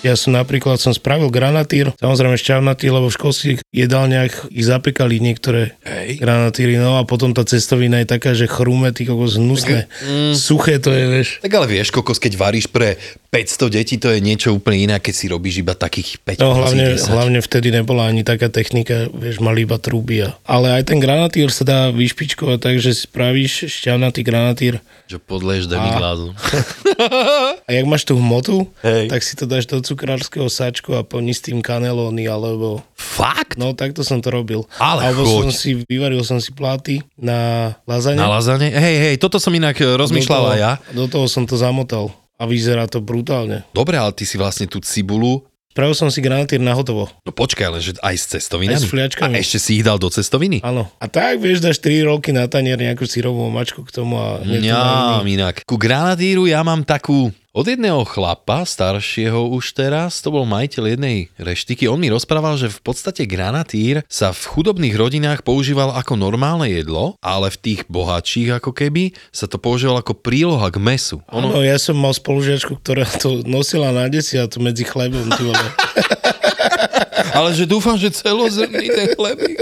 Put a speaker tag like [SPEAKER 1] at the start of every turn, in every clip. [SPEAKER 1] Ja som napríklad som spravil granatír, samozrejme šťavnatý, lebo v školských jedálniach ich zapekali niektoré
[SPEAKER 2] Hej.
[SPEAKER 1] granatíry, no a potom tá cestovina je taká, že chrúme, ty kokos, hnusné,
[SPEAKER 2] mm.
[SPEAKER 1] suché to je, vieš.
[SPEAKER 2] Tak ale vieš, kokos, keď varíš pre 500 detí, to je niečo úplne iné, keď si robíš iba takých 5
[SPEAKER 1] No hlavne, hlavne vtedy nebola ani taká technika, vieš, mali iba trúby. A... Ale aj ten granatír sa dá vyšpičkovať tak, že spravíš šťavnatý granatír
[SPEAKER 2] Že podleješ demiglázu.
[SPEAKER 1] a jak máš tú hmotu,
[SPEAKER 2] Hej.
[SPEAKER 1] tak si to dáš do cukrárskeho sáčku a plníš s tým kanelóny alebo
[SPEAKER 2] Fakt?
[SPEAKER 1] No, takto som to robil.
[SPEAKER 2] Ale
[SPEAKER 1] Alebo
[SPEAKER 2] choď.
[SPEAKER 1] som si, vyvaril som si pláty na lazanie.
[SPEAKER 2] Na lazanie? Hej, hej, toto som inak e, rozmýšľal
[SPEAKER 1] No
[SPEAKER 2] aj ja.
[SPEAKER 1] Do toho som to zamotal. A vyzerá to brutálne.
[SPEAKER 2] Dobre, ale ty si vlastne tú cibulu
[SPEAKER 1] Spravil som si granatír na hotovo.
[SPEAKER 2] No počkaj, lenže aj s cestovinami.
[SPEAKER 1] Aj s fliačkami.
[SPEAKER 2] A ešte si ich dal do cestoviny?
[SPEAKER 1] Áno. A tak, vieš, dáš 3 roky na tanier nejakú sírovú mačku k tomu a hneď to
[SPEAKER 2] Ja,
[SPEAKER 1] na iný.
[SPEAKER 2] inak. Ku granatíru ja mám takú od jedného chlapa, staršieho už teraz, to bol majiteľ jednej reštiky, on mi rozprával, že v podstate granatír sa v chudobných rodinách používal ako normálne jedlo, ale v tých bohatších ako keby sa to používalo ako príloha k mesu. Ono,
[SPEAKER 1] No, ja som mal spolužiačku, ktorá to nosila na desiatu medzi chlebom, ty vole.
[SPEAKER 2] ale že dúfam, že celozrný ten chlebík.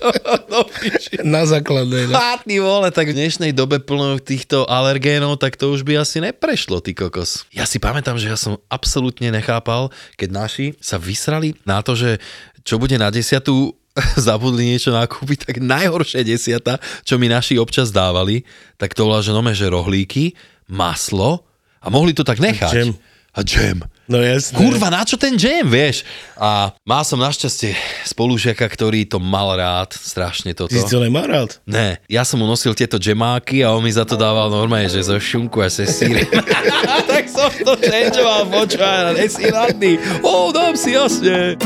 [SPEAKER 2] no, piči.
[SPEAKER 1] Na základnej. No.
[SPEAKER 2] Á, ty vole, tak v dnešnej dobe plno týchto alergénov, tak to už by asi neprešlo, ty kokos. Ja si pamätám, že ja som absolútne nechápal, keď naši sa vysrali na to, že čo bude na desiatu zabudli niečo nakúpiť, tak najhoršia desiata, čo mi naši občas dávali, tak to bola, že nome, že rohlíky, maslo a mohli to tak nechať.
[SPEAKER 1] Džem.
[SPEAKER 2] A džem.
[SPEAKER 1] No jasné.
[SPEAKER 2] Kurva, na čo ten jam, vieš? A mal som našťastie spolužiaka, ktorý to mal rád, strašne toto.
[SPEAKER 1] Ty si to nemá rád?
[SPEAKER 2] Ne, ja som mu nosil tieto džemáky a on mi za to dával normálne, že zo šunku a se síry. tak som to changeoval, počúvaj, ale si radný. Ó, dám si, jasne.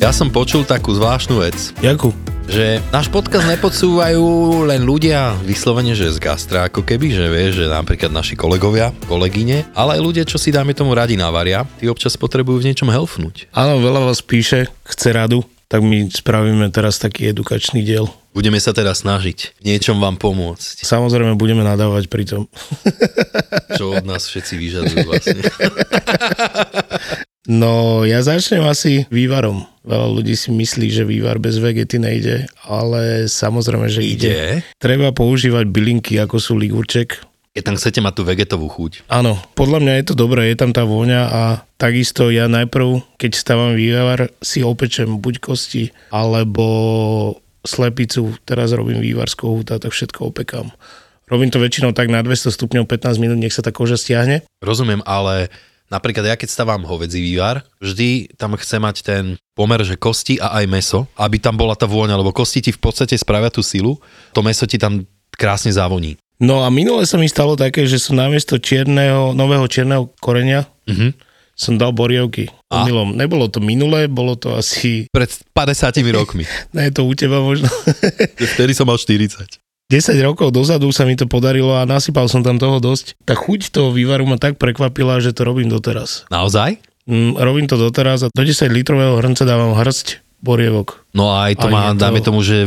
[SPEAKER 2] Ja som počul takú zvláštnu vec
[SPEAKER 1] Jakú?
[SPEAKER 2] že náš podcast nepodsúvajú len ľudia vyslovene, že z gastra ako keby, že vieš, že napríklad naši kolegovia, kolegyne, ale aj ľudia, čo si dáme tomu radi navaria, tí občas potrebujú v niečom helfnúť.
[SPEAKER 1] Áno, veľa vás píše, chce radu, tak my spravíme teraz taký edukačný diel.
[SPEAKER 2] Budeme sa teda snažiť v niečom vám pomôcť,
[SPEAKER 1] Samozrejme, budeme nadávať pri tom.
[SPEAKER 2] čo od nás všetci vyžadujú vlastne.
[SPEAKER 1] No, ja začnem asi vývarom. Veľa ľudí si myslí, že vývar bez vegety nejde, ale samozrejme, že ide. ide.
[SPEAKER 2] Ide.
[SPEAKER 1] Treba používať bylinky, ako sú ligurček.
[SPEAKER 2] Keď tam chcete mať tú vegetovú chuť.
[SPEAKER 1] Áno, podľa mňa je to dobré, je tam tá vôňa a takisto ja najprv, keď stávam vývar, si opečem buď kosti, alebo slepicu, teraz robím vývar z kohúta, tak všetko opekám. Robím to väčšinou tak na 200 stupňov 15 minút, nech sa tá koža stiahne.
[SPEAKER 2] Rozumiem, ale napríklad ja keď stavám hovedzí vývar, vždy tam chce mať ten pomer, že kosti a aj meso, aby tam bola tá vôňa, lebo kosti ti v podstate spravia tú silu, to meso ti tam krásne závoní.
[SPEAKER 1] No a minule sa mi stalo také, že som namiesto čierneho, nového čierneho korenia
[SPEAKER 2] Mhm.
[SPEAKER 1] som dal borievky.
[SPEAKER 2] A?
[SPEAKER 1] Omylom. Nebolo to minule, bolo to asi,
[SPEAKER 2] Pred 50 rokmi.
[SPEAKER 1] ne je to u teba možno.
[SPEAKER 2] Vtedy som mal 40.
[SPEAKER 1] 10 rokov dozadu sa mi to podarilo a nasypal som tam toho dosť. Tá chuť toho vývaru ma tak prekvapila, že to robím doteraz.
[SPEAKER 2] Naozaj?
[SPEAKER 1] Mm, robím to doteraz a do 10 litrového hrnca dávam hrst borievok.
[SPEAKER 2] No a aj to
[SPEAKER 1] Aj
[SPEAKER 2] má,
[SPEAKER 1] je to-
[SPEAKER 2] dáme tomu, že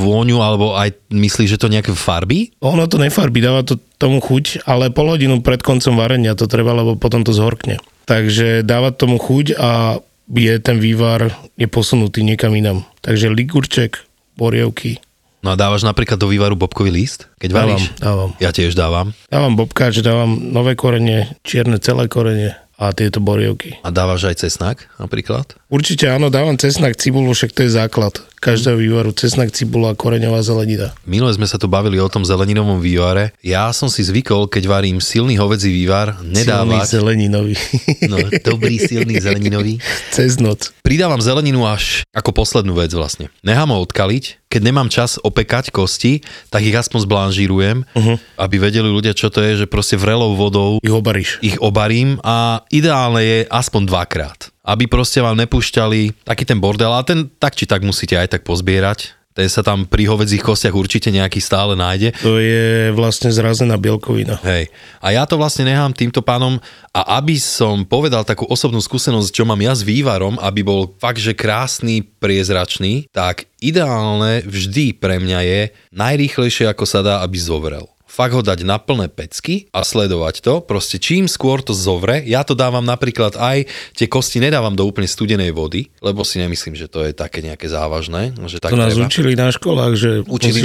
[SPEAKER 2] vôňu, alebo aj myslíš, že to nejaké farby?
[SPEAKER 1] Ono to nefarbí, dáva to tomu chuť, ale pol hodinu pred koncom varenia to treba, lebo potom to zhorkne. Takže dáva tomu chuť a je ten vývar je posunutý niekam inam. Takže ligurček, borievky,
[SPEAKER 2] No a dávaš napríklad do vývaru bobkový list, keď
[SPEAKER 1] dávam,
[SPEAKER 2] varíš?
[SPEAKER 1] dávam.
[SPEAKER 2] Ja tiež dávam.
[SPEAKER 1] Dávam bobkáč, dávam nové korenie, čierne celé korenie a tieto borievky.
[SPEAKER 2] A dávaš aj cesnak napríklad?
[SPEAKER 1] Určite áno, dávam cesnak, cibulu, však to je základ. každá vývaru, cesnak, cibula, koreňová zelenina.
[SPEAKER 2] Minule sme sa tu bavili o tom zeleninovom vývare. Ja som si zvykol, keď varím silný hovedzí vývar,
[SPEAKER 1] Silný
[SPEAKER 2] nedávať...
[SPEAKER 1] zeleninový.
[SPEAKER 2] No, dobrý silný zeleninový.
[SPEAKER 1] Cez noc.
[SPEAKER 2] Pridávam zeleninu až ako poslednú vec vlastne. Nechám ho odkaliť. Keď nemám čas opekať kosti, tak ich aspoň zblanžírujem, uh-huh. aby vedeli ľudia, čo to je, že proste vrelou vodou
[SPEAKER 1] Ich obaríš.
[SPEAKER 2] ich obarím a ideálne je aspoň dvakrát. Aby proste vám nepúšťali taký ten bordel a ten tak či tak musíte aj tak pozbierať. Ten sa tam pri hovedzích kostiach určite nejaký stále nájde.
[SPEAKER 1] To je vlastne zrazená bielkovina.
[SPEAKER 2] Hej. A ja to vlastne nechám týmto pánom a aby som povedal takú osobnú skúsenosť, čo mám ja s vývarom, aby bol fakt, že krásny, priezračný, tak ideálne vždy pre mňa je najrýchlejšie, ako sa dá, aby zovrel. Fakt ho dať na plné pecky a sledovať to. Proste čím skôr to zovre, ja to dávam napríklad aj, tie kosti nedávam do úplne studenej vody, lebo si nemyslím, že to je také nejaké závažné. Že tak
[SPEAKER 1] To nás
[SPEAKER 2] treba.
[SPEAKER 1] učili na školách, že
[SPEAKER 2] Učili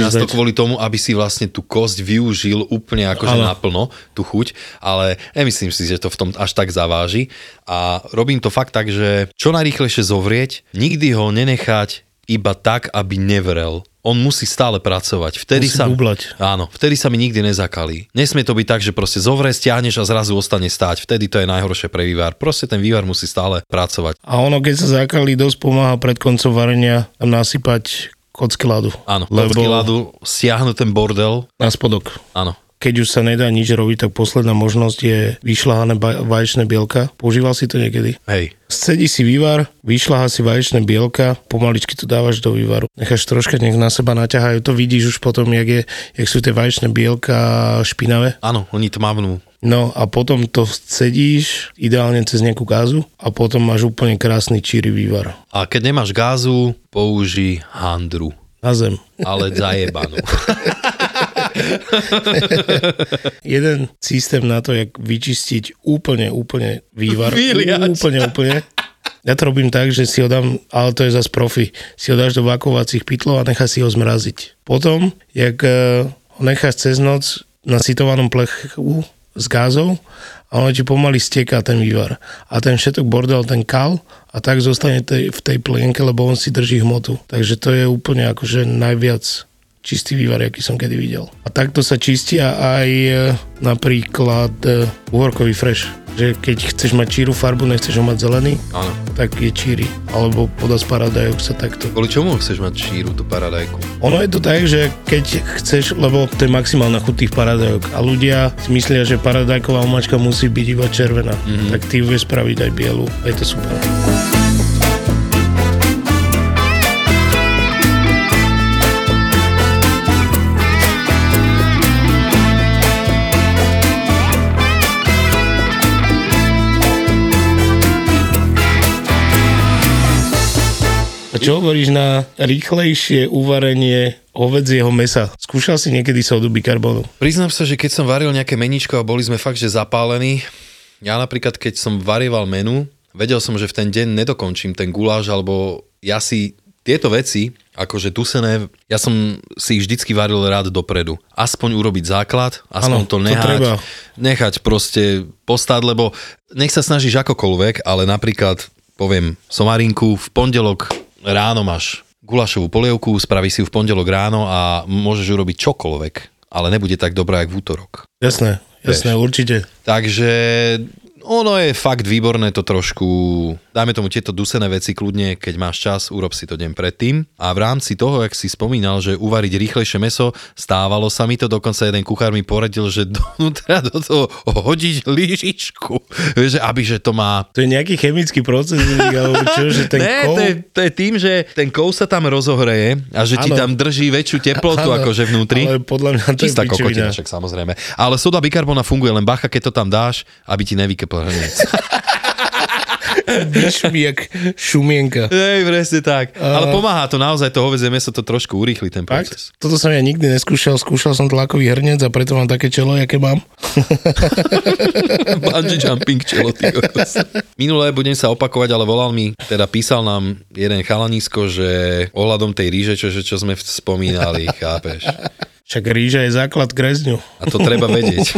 [SPEAKER 1] musíš
[SPEAKER 2] nás to
[SPEAKER 1] dať-
[SPEAKER 2] kvôli tomu, aby si vlastne tú kosť využil úplne akože
[SPEAKER 1] Áno.
[SPEAKER 2] naplno, tú chuť, ale nemyslím si, že to v tom až tak zaváži. A robím to fakt tak, že čo najrýchlejšie zovrieť, nikdy ho nenechať iba tak, aby nevrel. On musí stále pracovať. Vtedy
[SPEAKER 1] Musí
[SPEAKER 2] sa...
[SPEAKER 1] bublať.
[SPEAKER 2] Áno, vtedy sa mi nikdy nezakalí. Nesmie to byť tak, že proste zovre, stiahneš a zrazu ostane stáť. Vtedy to je najhoršie pre vývar. Proste ten vývar musí stále pracovať.
[SPEAKER 1] A ono, keď sa zakalí, dosť pomáha pred koncom varenia tam nasypať kocky ľadu.
[SPEAKER 2] Áno,
[SPEAKER 1] Lebo
[SPEAKER 2] Lebo... ľadu, stiahnu ten bordel.
[SPEAKER 1] na spodok.
[SPEAKER 2] Áno.
[SPEAKER 1] Keď už sa nedá nič robiť, tak posledná možnosť je vyšľahané ba- vaječné bielka. Používal si to niekedy?
[SPEAKER 2] Hej.
[SPEAKER 1] Scedí si vývar, vyšľahá si vaječné bielka, pomaličky to dávaš do vývaru. Necháš troška, nech na seba naťahajú. To vidíš už potom, jak, je, jak sú tie vaječné bielka špinavé.
[SPEAKER 2] Áno, oni tmavnú.
[SPEAKER 1] No a potom to scedíš ideálne cez nejakú gázu a potom máš úplne krásny číry vývar.
[SPEAKER 2] A keď nemáš gázu, použij handru.
[SPEAKER 1] Na zem.
[SPEAKER 2] Ale zajebanú.
[SPEAKER 1] Jeden systém na to, jak vyčistiť úplne, úplne vývar.
[SPEAKER 2] Vyliať.
[SPEAKER 1] Úplne, úplne. Ja to robím tak, že si ho dám, ale to je zase profi, si ho dáš do vakovacích pytlov a nechá si ho zmraziť. Potom, jak eh, ho necháš cez noc na citovanom plechu s gázou a ono ti pomaly steká ten vývar. A ten všetok bordel, ten kal a tak zostane tej, v tej plienke, lebo on si drží hmotu. Takže to je úplne akože najviac čistý vývar, aký som kedy videl. A takto sa čistia aj e, napríklad e, uhorkový fresh. Že keď chceš mať číru farbu, nechceš ho mať zelený,
[SPEAKER 2] Áno.
[SPEAKER 1] tak je číri. Alebo poda z paradajok sa takto.
[SPEAKER 2] Kvôli čomu chceš mať šíru tú paradajku?
[SPEAKER 1] Ono je to tak, že keď chceš, lebo to je maximálna chuť tých paradajok a ľudia si myslia, že paradajková omáčka musí byť iba červená, mm-hmm. tak ty ju vieš spraviť aj bielu a je to super. A čo hovoríš na rýchlejšie uvarenie hovedzieho mesa? Skúšal si niekedy sodu bikarbonu?
[SPEAKER 2] Priznám sa, že keď som varil nejaké meničko a boli sme fakt, že zapálení, ja napríklad, keď som varieval menu, vedel som, že v ten deň nedokončím ten guláš, alebo ja si tieto veci, akože tusené, ja som si ich vždycky varil rád dopredu. Aspoň urobiť základ, aspoň
[SPEAKER 1] Áno,
[SPEAKER 2] to
[SPEAKER 1] to
[SPEAKER 2] nehať,
[SPEAKER 1] treba.
[SPEAKER 2] nechať proste postať, lebo nech sa snažíš akokoľvek, ale napríklad, poviem, somarinku v pondelok ráno máš gulašovú polievku, spravíš si ju v pondelok ráno a môžeš urobiť čokoľvek, ale nebude tak dobrá, jak v útorok.
[SPEAKER 1] Jasné, jasné, určite.
[SPEAKER 2] Takže ono je fakt výborné to trošku, dajme tomu tieto dusené veci kľudne, keď máš čas, urob si to deň predtým. A v rámci toho, jak si spomínal, že uvariť rýchlejšie meso, stávalo sa mi to, dokonca jeden kuchár mi poradil, že donútra do toho hodiť lyžičku. Vieš, že aby že to má
[SPEAKER 1] To je nejaký chemický proces, alebo čo, že ten
[SPEAKER 2] ne,
[SPEAKER 1] kov...
[SPEAKER 2] to, je, to je tým, že ten kov sa tam rozohreje a že ti
[SPEAKER 1] Áno.
[SPEAKER 2] tam drží väčšiu teplotu
[SPEAKER 1] Áno,
[SPEAKER 2] akože vnútri.
[SPEAKER 1] ale podľa mňa to je
[SPEAKER 2] Čistá
[SPEAKER 1] pičovina.
[SPEAKER 2] kokotina, však samozrejme. Ale soda bikarbona funguje len bacha, keď to tam dáš, aby ti nevykypl hrniec.
[SPEAKER 1] Vyšmi jak šumienka.
[SPEAKER 2] Hej, presne tak. Ale pomáha to naozaj, to hovedzie meso to trošku urýchli ten proces.
[SPEAKER 1] Eh. Fakt? Toto som ja nikdy neskúšal, skúšal som tlakový hrnec a preto mám také čelo, aké mám.
[SPEAKER 2] Bungee jumping čelo, ty kokos. Minulé, budem sa opakovať, ale volal mi, teda písal nám jeden chalanisko, že ohľadom tej ríže, čo, že- čo sme v- spomínali, chápeš.
[SPEAKER 1] Však ríža je základ grezňu.
[SPEAKER 2] A to treba vedieť.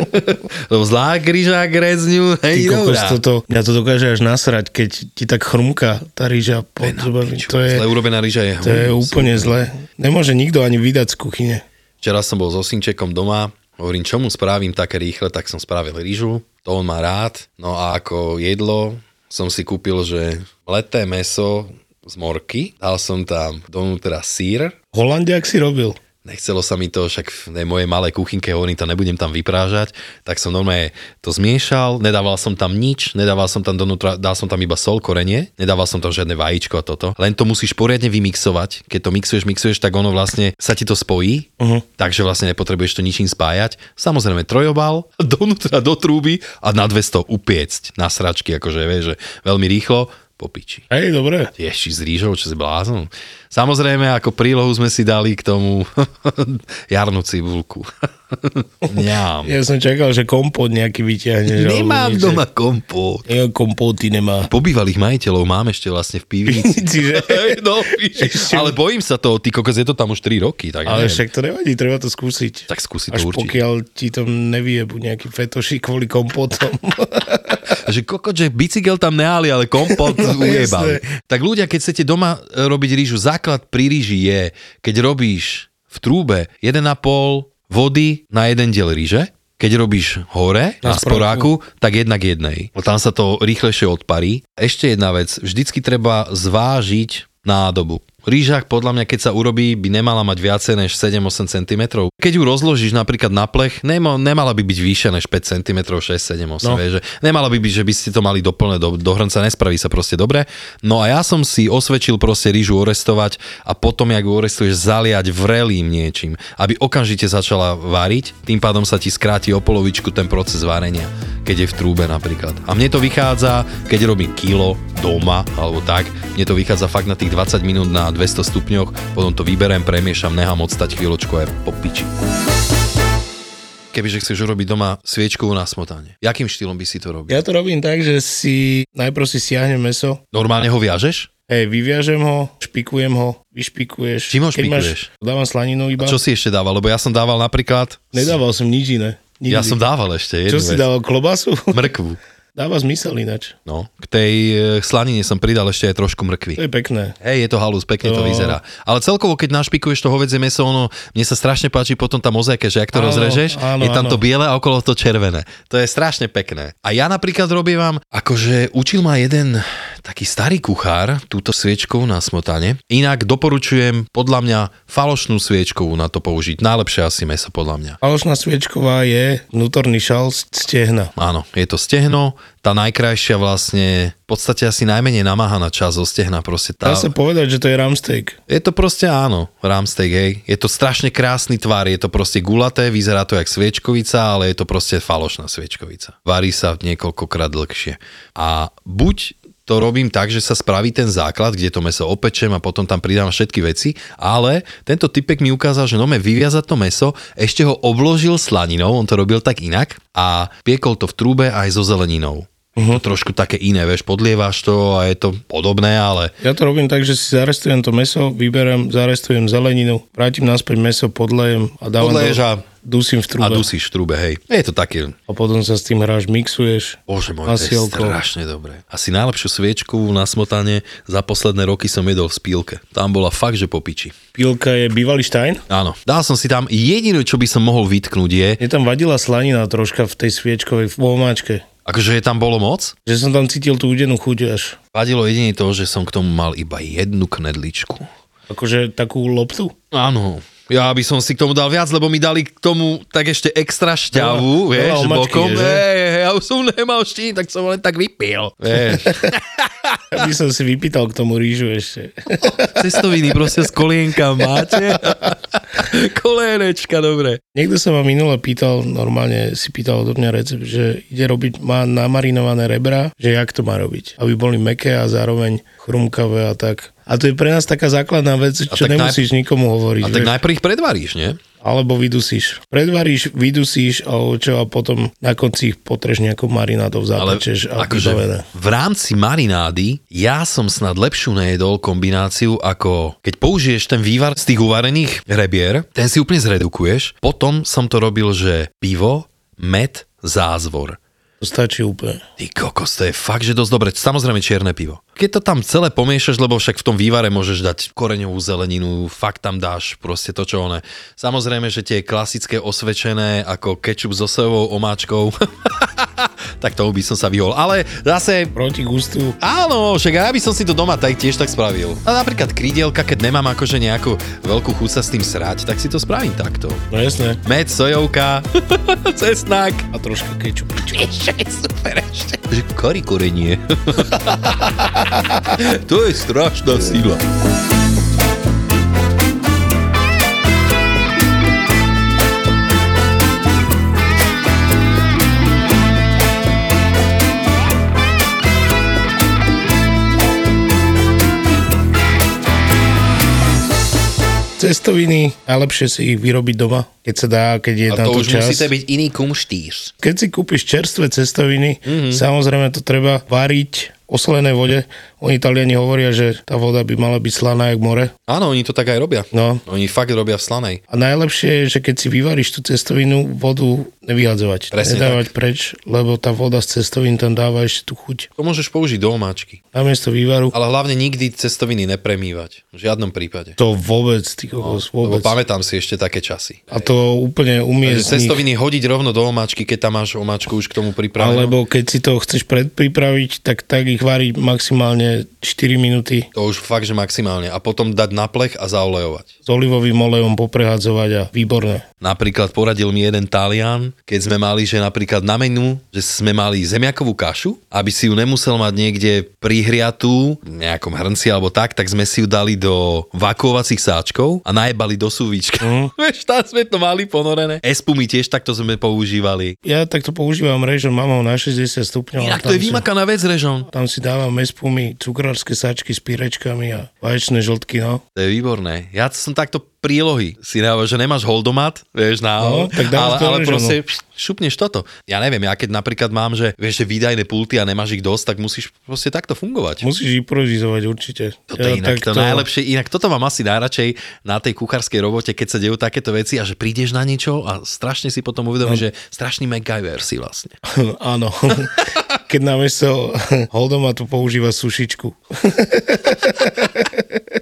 [SPEAKER 2] Lebo zlá kríža grezňu,
[SPEAKER 1] Ty
[SPEAKER 2] hej,
[SPEAKER 1] kokos,
[SPEAKER 2] dobrá.
[SPEAKER 1] toto, mňa to dokáže až nasrať, keď ti tak chrumka tá ríža pod zubami. To je,
[SPEAKER 2] Zle urobená rýža je
[SPEAKER 1] to je úplne zle. Nemôže nikto ani vydať z kuchyne.
[SPEAKER 2] Včera som bol so synčekom doma, hovorím, čo mu spravím také rýchle, tak som spravil rýžu, to on má rád. No a ako jedlo som si kúpil, že leté meso z morky, dal som tam donútra sír,
[SPEAKER 1] Holandiak si robil.
[SPEAKER 2] Nechcelo sa mi to, však v tej mojej malej kuchynke hovorím, to nebudem tam vyprážať, tak som normálne to zmiešal, nedával som tam nič, nedával som tam donútra, dal som tam iba sol, korenie, nedával som tam žiadne vajíčko a toto. Len to musíš poriadne vymixovať, keď to mixuješ, mixuješ, tak ono vlastne sa ti to spojí, uh-huh. takže vlastne nepotrebuješ to ničím spájať. Samozrejme trojobal, donútra do trúby a na 200 upiecť na sračky, akože vieš, že veľmi rýchlo, popiči.
[SPEAKER 1] Hej, dobre.
[SPEAKER 2] Ješi s rýžou, čo si blázon. Samozrejme, ako prílohu sme si dali k tomu jarnú cibulku. Ňám.
[SPEAKER 1] Ja som čakal, že kompot nejaký vyťahne.
[SPEAKER 2] Nemám doma kompót.
[SPEAKER 1] Ja, kompóty nemá.
[SPEAKER 2] Pobývalých majiteľov mám ešte vlastne v pivnici.
[SPEAKER 1] Čiže,
[SPEAKER 2] Hej, no, víš. ale bojím sa toho, ty kokos, je to tam už 3 roky,
[SPEAKER 1] ale
[SPEAKER 2] tak ale neviem.
[SPEAKER 1] však to nevadí, treba to skúsiť.
[SPEAKER 2] Tak skúsi to
[SPEAKER 1] Až
[SPEAKER 2] určite.
[SPEAKER 1] pokiaľ ti to nevyjebu nejaký fetoši kvôli kompotom.
[SPEAKER 2] Že kokot, že bicykel tam nehali, ale kompot
[SPEAKER 1] No,
[SPEAKER 2] ujebali.
[SPEAKER 1] jasné.
[SPEAKER 2] Tak ľudia, keď chcete doma e, robiť rýžu, základ pri rýži je, keď robíš v trúbe 1,5 vody na jeden diel rýže, keď robíš hore na,
[SPEAKER 1] Na
[SPEAKER 2] na sporáku, tak jednak jednej. Lebo Tam sa to rýchlejšie odparí. Ešte jedna vec, vždycky treba zvážiť nádobu. Rýžach podľa mňa, keď sa urobí, by nemala mať viacej než 7-8 cm. Keď ju rozložíš napríklad na plech, nemo, nemala by byť vyššia než 5 cm, 6, 7, 8. No.
[SPEAKER 1] No.
[SPEAKER 2] Vieš, že nemala by byť, že by ste to mali doplne do, do hrnca, nespraví sa proste dobre. No a ja som si osvedčil proste rýžu orestovať a potom, jak ju orestuješ, zaliať vrelým niečím, aby okamžite začala variť, tým pádom sa ti skráti o polovičku ten proces varenia, keď je v trúbe napríklad. A mne to vychádza, keď robím kilo doma alebo tak, mne to vychádza fakt na tých 20 minút na 200 stupňoch, potom to vyberem, premiešam, nechám odstať chvíľočku a je po piči. Kebyže chceš urobiť doma sviečkovú na smotanie, jakým štýlom by si to robil?
[SPEAKER 1] ja to robím tak, že si najprv si stiahnem meso,
[SPEAKER 2] Normálne ho viažeš?
[SPEAKER 1] hej, vyviažem ho, špikujem ho, vyšpikuješ.
[SPEAKER 2] Čím ho
[SPEAKER 1] Keď máš-
[SPEAKER 2] špikuješ?
[SPEAKER 1] Dávam slaninu iba.
[SPEAKER 2] Čo si ešte dával? Lebo ja som dával napríklad...
[SPEAKER 1] Nedával som nič iné. Nikdy.
[SPEAKER 2] Ja som dával ešte jednu
[SPEAKER 1] Čo si
[SPEAKER 2] vec.
[SPEAKER 1] dával, klobasu?
[SPEAKER 2] Mrkvu.
[SPEAKER 1] Dáva zmysel ináč.
[SPEAKER 2] No, k tej e, slanine som pridal ešte aj trošku mrkvy.
[SPEAKER 1] To je pekné.
[SPEAKER 2] Hej, je to halus, pekne
[SPEAKER 1] No.
[SPEAKER 2] to vyzerá. Ale celkovo, keď našpikuješ to hovedzie meso, ono, mne sa strašne páči potom tá mozaika, že ak to
[SPEAKER 1] Áno,
[SPEAKER 2] rozrežeš,
[SPEAKER 1] áno,
[SPEAKER 2] je
[SPEAKER 1] áno.
[SPEAKER 2] tam to biele a okolo to červené. To je strašne pekné. A ja napríklad robím, akože učil ma jeden taký starý kuchár túto sviečkou na smotane. Inak doporučujem podľa mňa falošnú sviečkovú na to použiť. Najlepšie asi meso podľa mňa.
[SPEAKER 1] Falošná sviečková je vnútorný šal z stehna.
[SPEAKER 2] Áno, je to stehno, tá najkrajšia vlastne, v podstate asi najmenej namáhaná časť zo stehna, proste
[SPEAKER 1] Dá
[SPEAKER 2] tá...
[SPEAKER 1] sa povedať, že to je ramsteak.
[SPEAKER 2] Je to proste áno, Ramsteak, hej. Je to strašne krásny tvar, je to proste gulaté, vyzerá to jak sviečkovica, ale je to proste falošná sviečkovica. Varí sa niekoľkokrát dlhšie. A buď to robím tak, že sa spraví ten základ, kde to meso opečem a potom tam pridám všetky veci, ale tento typek mi ukázal, že nome vyviazať to meso, ešte ho obložil slaninou, on to robil tak inak a piekol to v trúbe aj so zeleninou.
[SPEAKER 1] Mhm.
[SPEAKER 2] Uh-huh. To trošku také iné, vieš, podlievaš to a je to podobné, ale
[SPEAKER 1] Ja to robím tak, že si zarestujem to meso, vyberem, zarestujem zeleninu, vrátim naspäť meso, podlejem a dávam
[SPEAKER 2] Podleješ a-
[SPEAKER 1] dusím v
[SPEAKER 2] a
[SPEAKER 1] trúbe. A,
[SPEAKER 2] dusíš v trúbe, hej. Je to také,
[SPEAKER 1] a potom sa s tým hráš, mixuješ.
[SPEAKER 2] Bože môj, to je
[SPEAKER 1] Pasielko.
[SPEAKER 2] strašne dobré. Asi najlepšiu sviečku na smotanie za posledné roky som jedol v spílke. Tam bola fakt, že po piči.
[SPEAKER 1] Pilka je bývalý štajn.
[SPEAKER 2] Áno, dal som si tam jediné, čo by som mohol vytknúť je,
[SPEAKER 1] Je tam vadila slanina troška v tej sviečkovej v omáčke.
[SPEAKER 2] akože je tam bolo moc,
[SPEAKER 1] Že som tam cítil tú údenú chuť až.
[SPEAKER 2] vadilo jedine to, že som k tomu mal iba jednu knedličku.
[SPEAKER 1] Akože takú loptu.
[SPEAKER 2] Áno, ja by som si k tomu dal viac, lebo mi dali k tomu tak ešte extra šťavu,
[SPEAKER 1] Veľa-
[SPEAKER 2] vieš,
[SPEAKER 1] veľa omačky
[SPEAKER 2] bokom.
[SPEAKER 1] je, že?
[SPEAKER 2] Hej, hej, ja už som nemal štín, tak som len tak vypil. Vieš.
[SPEAKER 1] Ja by som si vypýtal k tomu rýžu ešte.
[SPEAKER 2] Cestoviny proste z kolienka máte. Kolénečka, dobre.
[SPEAKER 1] Niekto sa ma minule pýtal, normálne si pýtal odo mňa recept, že ide robiť, má namarinované rebra, že jak to má robiť, aby boli meké a zároveň chrumkavé a tak. A to je pre nás taká základná vec, čo
[SPEAKER 2] tak naj-
[SPEAKER 1] nemusíš nikomu hovoriť.
[SPEAKER 2] A tak
[SPEAKER 1] vieš.
[SPEAKER 2] najprv ich predvaríš, nie?
[SPEAKER 1] alebo vydusíš. Predvaríš, vydusíš a čo a potom na konci ich potreš nejakou marinádou,
[SPEAKER 2] Ale
[SPEAKER 1] zapečeš a
[SPEAKER 2] akože
[SPEAKER 1] vybavené.
[SPEAKER 2] v rámci marinády ja som snad lepšiu nejedol kombináciu ako keď použiješ ten vývar z tých uvarených rebier, ten si úplne zredukuješ. Potom som to robil, že pivo, med, zázvor.
[SPEAKER 1] To stačí úplne.
[SPEAKER 2] Ty kokos, to je fakt, že dosť dobre. Samozrejme čierne pivo. Keď to tam celé pomiešaš, lebo však v tom vývare môžeš dať koreňovú zeleninu, fakt tam dáš proste to, čo one. Samozrejme, že tie klasické osvečené ako kečup so sojovou omáčkou, tak tomu by som sa vyhol. Ale zase
[SPEAKER 1] Proti gustu.
[SPEAKER 2] Áno, však ja by som si to doma tak tiež tak spravil. A napríklad krídielka, keď nemám akože nejakú veľkú chuť sa s tým srať, tak si to spravím takto.
[SPEAKER 1] No jasné.
[SPEAKER 2] Med, sojovka, cesnak.
[SPEAKER 1] A troška kečupička.
[SPEAKER 2] Ešte je super ešte. Že kari korenie. to je strašná sila.
[SPEAKER 1] Cestoviny, najlepšie si ich vyrobiť doma, keď sa dá, keď je
[SPEAKER 2] A
[SPEAKER 1] na
[SPEAKER 2] to
[SPEAKER 1] to
[SPEAKER 2] už
[SPEAKER 1] čas.
[SPEAKER 2] musíte byť iný kumštír.
[SPEAKER 1] Keď si kúpiš čerstvé cestoviny,
[SPEAKER 2] Mhm.
[SPEAKER 1] mm-hmm. samozrejme to treba variť oslené vode. Oni Italiani hovoria, že tá voda by mala byť slaná jak more.
[SPEAKER 2] Áno, oni to tak aj robia.
[SPEAKER 1] No.
[SPEAKER 2] Oni fakt robia v slanej.
[SPEAKER 1] A najlepšie je, že keď si vyvaríš tú cestovinu, vodu nevyhadzovať.
[SPEAKER 2] Presne
[SPEAKER 1] Nedávať tak. preč, lebo tá voda z cestovín tam dáva ešte tú chuť.
[SPEAKER 2] To môžeš použiť do omáčky.
[SPEAKER 1] Namiesto vývaru.
[SPEAKER 2] Ale hlavne nikdy cestoviny nepremývať. V žiadnom prípade.
[SPEAKER 1] To vôbec, ty kokos,
[SPEAKER 2] No, Lebo
[SPEAKER 1] vôbec.
[SPEAKER 2] pamätám si ešte také časy.
[SPEAKER 1] A to úplne umie z
[SPEAKER 2] Takže
[SPEAKER 1] nich.
[SPEAKER 2] cestoviny hodiť rovno do omáčky, keď tam máš omáčku už k tomu pripravenú.
[SPEAKER 1] Alebo keď si to chceš predpripraviť, tak tak ich variť maximálne 4 minúty
[SPEAKER 2] To už fakt, že maximálne. A potom dať na plech a zaolejovať.
[SPEAKER 1] s olivovým olejom poprehadzovať a výborné.
[SPEAKER 2] Napríklad poradil mi jeden Talian, keď sme mali, že napríklad na menu, že sme mali zemiakovú kašu, aby si ju nemusel mať niekde prihriatú v nejakom hrnci alebo tak, tak sme si ju dali do vakuovacích sáčkov a najebali do súvička. Mm. Vieš, tam sme to mali ponorené. Espumy tiež takto sme používali.
[SPEAKER 1] Ja takto používam režim, mám ho na 60 stupňov. a
[SPEAKER 2] Inak
[SPEAKER 1] tam
[SPEAKER 2] to je
[SPEAKER 1] si-
[SPEAKER 2] vymakaná vec, Režon.
[SPEAKER 1] Tam si dávam mespumy, cukrárske sačky s pírečkami a vaječné žltky, no.
[SPEAKER 2] To je výborné. Ja som takto prílohy si dáva, že nemáš holdomat, vieš, na
[SPEAKER 1] No, tak dávaš
[SPEAKER 2] ale,
[SPEAKER 1] to
[SPEAKER 2] ale
[SPEAKER 1] reženu.
[SPEAKER 2] proste pš, šupneš toto. Ja neviem, ja keď napríklad mám, že vieš, že výdajné pulty a nemáš ich dosť, tak musíš proste takto fungovať.
[SPEAKER 1] Musíš improvizovať určite.
[SPEAKER 2] Toto je inak to najlepšie. Inak toto mám asi najradšej na tej kuchárskej robote, keď sa dejú takéto veci a že prídeš na niečo a strašne si potom uvedomíš,
[SPEAKER 1] No.
[SPEAKER 2] že strašný MacGyver si vlastne.
[SPEAKER 1] Áno. Keď namiesto holdomatu používa sušičku.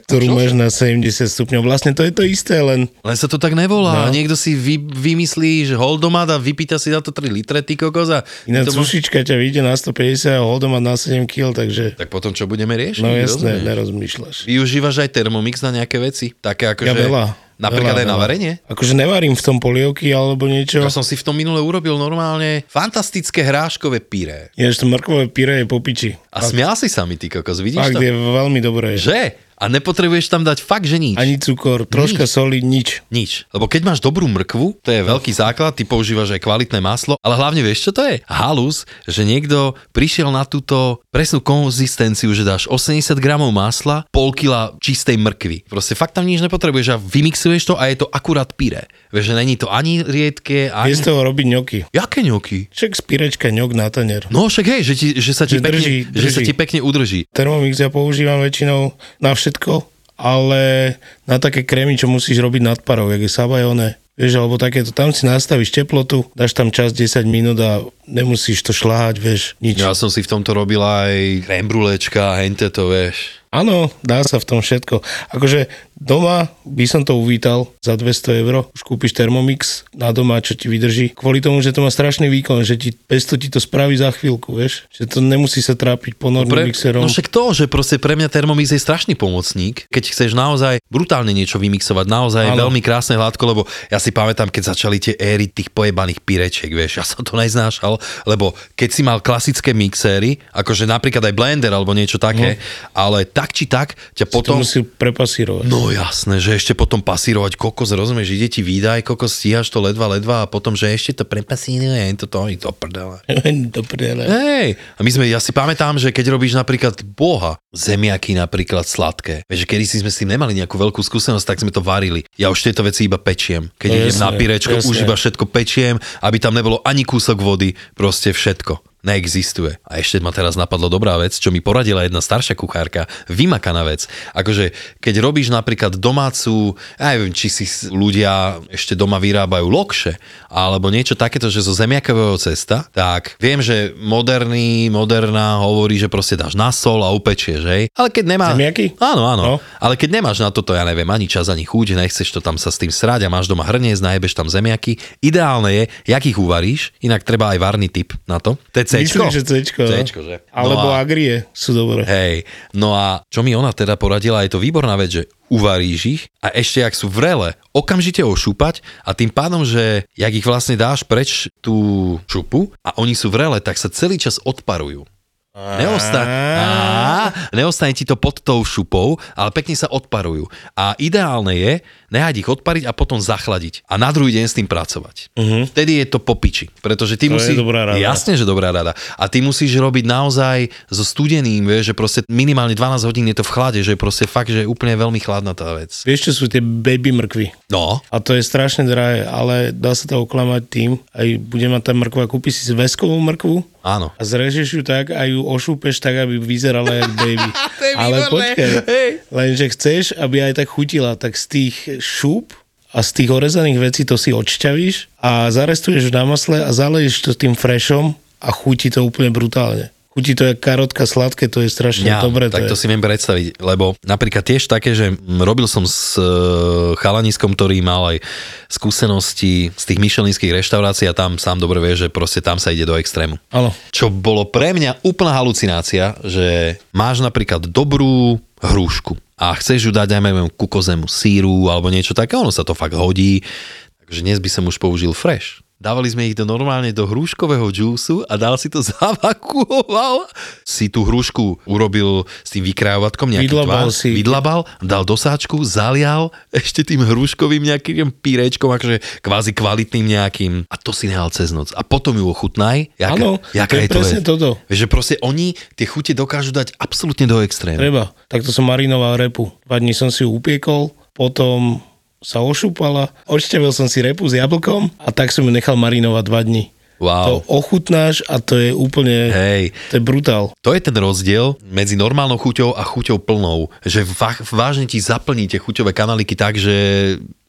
[SPEAKER 1] ktorú máš na 70 stupňov. Vlastne to je to isté, len
[SPEAKER 2] Len sa to tak nevolá. No. Niekto si vy, vymyslí, že holdomat a vypýta si na to 3 litre, ty kokos a... ty
[SPEAKER 1] iná
[SPEAKER 2] to máš-
[SPEAKER 1] sušička ťa vyjde na 150 a holdomat na 7 kg, takže
[SPEAKER 2] Tak potom čo budeme riešiť?
[SPEAKER 1] no jasné,
[SPEAKER 2] rozumieš?
[SPEAKER 1] nerozmýšľaš.
[SPEAKER 2] Využívaš aj Thermomix na nejaké veci? Také ako,
[SPEAKER 1] Ja
[SPEAKER 2] že...
[SPEAKER 1] veľa.
[SPEAKER 2] Akože Napríklad
[SPEAKER 1] veľa,
[SPEAKER 2] aj na
[SPEAKER 1] veľa.
[SPEAKER 2] varenie?
[SPEAKER 1] Akože nevarím v tom polievky alebo niečo.
[SPEAKER 2] Ja som si v tom minule urobil normálne fantastické hráškové pyré.
[SPEAKER 1] Ja to mrkové pyré je po piči.
[SPEAKER 2] A smial si sa mi, ty kokos, vidíš
[SPEAKER 1] Fakt
[SPEAKER 2] to?
[SPEAKER 1] je veľmi dobré.
[SPEAKER 2] Že? A nepotrebuješ tam dať fakt, že nič.
[SPEAKER 1] Ani cukor, troška soli, nič.
[SPEAKER 2] Nič. Lebo keď máš dobrú mrkvu, to je veľký základ, ty používaš aj kvalitné maslo, ale hlavne vieš, čo to je? Halus, že niekto prišiel na túto presnú konzistenciu, že dáš 80 gramov masla, pol kila čistej mrkvy. Proste fakt tam nič nepotrebuješ a vymixuješ to a je to akurát pyré. Vieš, že není to ani
[SPEAKER 1] Je
[SPEAKER 2] riedke, ani...
[SPEAKER 1] z toho robiť ňoky.
[SPEAKER 2] Jaké ňoky?
[SPEAKER 1] Však z pyrečka ňok na tanier.
[SPEAKER 2] No však hej, že, ti, že, sa,
[SPEAKER 1] Že
[SPEAKER 2] ti pekne,
[SPEAKER 1] drží,
[SPEAKER 2] že sa
[SPEAKER 1] drží.
[SPEAKER 2] ti pekne udrží.
[SPEAKER 1] Thermomix ja používam väčšinou na všetko, ale na také krémy, čo musíš robiť nad parou, jak je sabajone, vieš, alebo takéto. Tam si nastavíš teplotu, dáš tam čas 10 minút a nemusíš to šláhať, vieš, nič.
[SPEAKER 2] Ja som si v tomto robil aj rembrulečka, hente to, vieš.
[SPEAKER 1] Áno, dá sa v tom všetko. Akože doma by som to uvítal za 200 eur. Už kúpiš Thermomix na doma, čo ti vydrží. Kvôli tomu, že to má strašný výkon, že ti pesto ti to spraví za chvíľku, vieš. Že to nemusí sa trápiť ponorným
[SPEAKER 2] Pre,
[SPEAKER 1] mixerom.
[SPEAKER 2] no však to, že proste pre mňa Thermomix je strašný pomocník, keď chceš naozaj brutálne niečo vymixovať, naozaj
[SPEAKER 1] Áno.
[SPEAKER 2] veľmi krásne hladko, lebo ja si pamätám, keď začali tie éry tých pojebaných pirečiek, vieš, ja som to neznášal, lebo keď si mal klasické mixéry, akože napríklad aj blender alebo niečo také, ale tak či tak ťa
[SPEAKER 1] Potom... No. To
[SPEAKER 2] potom...
[SPEAKER 1] musí prepasírovať.
[SPEAKER 2] No jasné, že ešte potom pasírovať kokos, rozumieš, ide ti výdaj, kokos, stíhaš to ledva, ledva a potom, že ešte to prepasíruje, je to to, je to prdele.
[SPEAKER 1] Dobre, ale...
[SPEAKER 2] Hej, a my sme, ja si pamätám, že keď robíš napríklad Boha, zemiaky napríklad sladké, vieš, že kedy si sme si nemali nejakú veľkú skúsenosť, tak sme to varili. Ja už tieto veci iba pečiem. Keď
[SPEAKER 1] No
[SPEAKER 2] idem
[SPEAKER 1] jasné,
[SPEAKER 2] na pirečko, už
[SPEAKER 1] jasné.
[SPEAKER 2] iba všetko pečiem, aby tam nebolo ani kúsok vody, proste všetko. Neexistuje. A ešte ma teraz napadlo dobrá vec, čo mi poradila jedna staršia kuchárka, vymakaná vec. Akože, keď robíš napríklad domácu, ja neviem, či si s- ľudia ešte doma vyrábajú lokše, alebo niečo takéto, že zo zemiakového cesta, tak viem, že moderný, moderná hovorí, že proste dáš na sol a upečieš, hej? Ale keď nemá...
[SPEAKER 1] Zemiaky?
[SPEAKER 2] Áno, áno.
[SPEAKER 1] No.
[SPEAKER 2] No. Ale keď nemáš na toto, ja neviem, ani čas, ani chuť, nechceš to tam sa s tým srať a máš doma hrniec, najebeš tam zemiaky, ideálne je, jak ich uvaríš, inak treba aj varný typ na to. To je
[SPEAKER 1] Myslím,
[SPEAKER 2] Cčko.
[SPEAKER 1] že Cčko. no.
[SPEAKER 2] Cčko, že? No
[SPEAKER 1] Alebo
[SPEAKER 2] a-
[SPEAKER 1] agrie sú dobré.
[SPEAKER 2] Hej, no a čo mi ona teda poradila, je to výborná vec, že uvaríš ich a ešte ak sú vrele, okamžite ošúpať a tým pádom, že jak ich vlastne dáš preč tú šupu a oni sú vrele, tak sa celý čas odparujú. Neosta- Á, neostane ti to pod tou šupou, ale pekne sa odparujú. A ideálne je nehať ich odpariť a potom zachladiť. A na druhý deň s tým pracovať. Uh-huh. Vtedy je to popiči. Pretože
[SPEAKER 1] Mhm.
[SPEAKER 2] ty
[SPEAKER 1] To
[SPEAKER 2] musíš...
[SPEAKER 1] je dobrá rada.
[SPEAKER 2] Jasne, Jasne, že dobrá rada. A ty musíš robiť naozaj so studeným, vieš, že proste minimálne 12 hodín je to v chlade, že je proste fakt, že je úplne veľmi chladná tá vec.
[SPEAKER 1] Vieš, čo sú tie baby mrkvy?
[SPEAKER 2] No,
[SPEAKER 1] A to je strašne drahé, ale dá sa to oklamať tým, aj bude mať tá mrkva, kúpi si zväzkovú mrkvu
[SPEAKER 2] áno.
[SPEAKER 1] a zrežeš ju tak a ju ošúpeš tak, aby vyzerala jak baby.
[SPEAKER 2] To je
[SPEAKER 1] ale
[SPEAKER 2] výborné,
[SPEAKER 1] počkaj,
[SPEAKER 2] hej.
[SPEAKER 1] lenže chceš, aby aj tak chutila, tak z tých šúp a z tých orezaných vecí to si odšťavíš a zarestuješ na masle a zaleješ to tým frešom a chutí to úplne brutálne. Chutí to jak karotka sladké, to je strašne
[SPEAKER 2] Ja,
[SPEAKER 1] dobré.
[SPEAKER 2] tak to
[SPEAKER 1] to je.
[SPEAKER 2] si viem predstaviť, lebo napríklad tiež také, že mm, robil som s e, chalaniskom, ktorý mal aj skúsenosti z tých myšelinských reštaurácií a tam sám dobre vie, že proste tam sa ide do extrému.
[SPEAKER 1] Áno.
[SPEAKER 2] čo bolo pre mňa úplná halucinácia, že máš napríklad dobrú hrušku a chceš ju dať, ja neviem, ku kozemu síru alebo niečo také, ono sa to fakt hodí. Takže dnes by som už použil fresh. Dávali sme ich do normálne do hruškového džúsu a dal si to zavakuoval. Si tú hrušku urobil s tým vykrávatkom nejaký
[SPEAKER 1] Vydlabal
[SPEAKER 2] tvar,
[SPEAKER 1] si.
[SPEAKER 2] vydlabal, dal dosáčku, zalial ešte tým hruškovým nejakým pírečkom, akože kvázi kvalitným nejakým. A to si nehal cez noc. A potom ju ochutnaj, Jaká-
[SPEAKER 1] Áno, to
[SPEAKER 2] jaká
[SPEAKER 1] je
[SPEAKER 2] je to
[SPEAKER 1] presne
[SPEAKER 2] vec?
[SPEAKER 1] toto.
[SPEAKER 2] Vieš, Že proste oni tie chute dokážu dať absolútne do extrému.
[SPEAKER 1] Treba. Takto som marinoval repu. Dva dní som si ju upiekol, potom sa ošúpala, odšťavil som si repu s jablkom a tak som ju nechal marinovať dva dní. To
[SPEAKER 2] Wow.
[SPEAKER 1] ochutnáš a to je úplne...
[SPEAKER 2] Hej.
[SPEAKER 1] To je brutál.
[SPEAKER 2] To je ten rozdiel medzi normálnou chuťou a chuťou plnou. Že va- vážne ti zaplníte chuťové kanáliky tak, že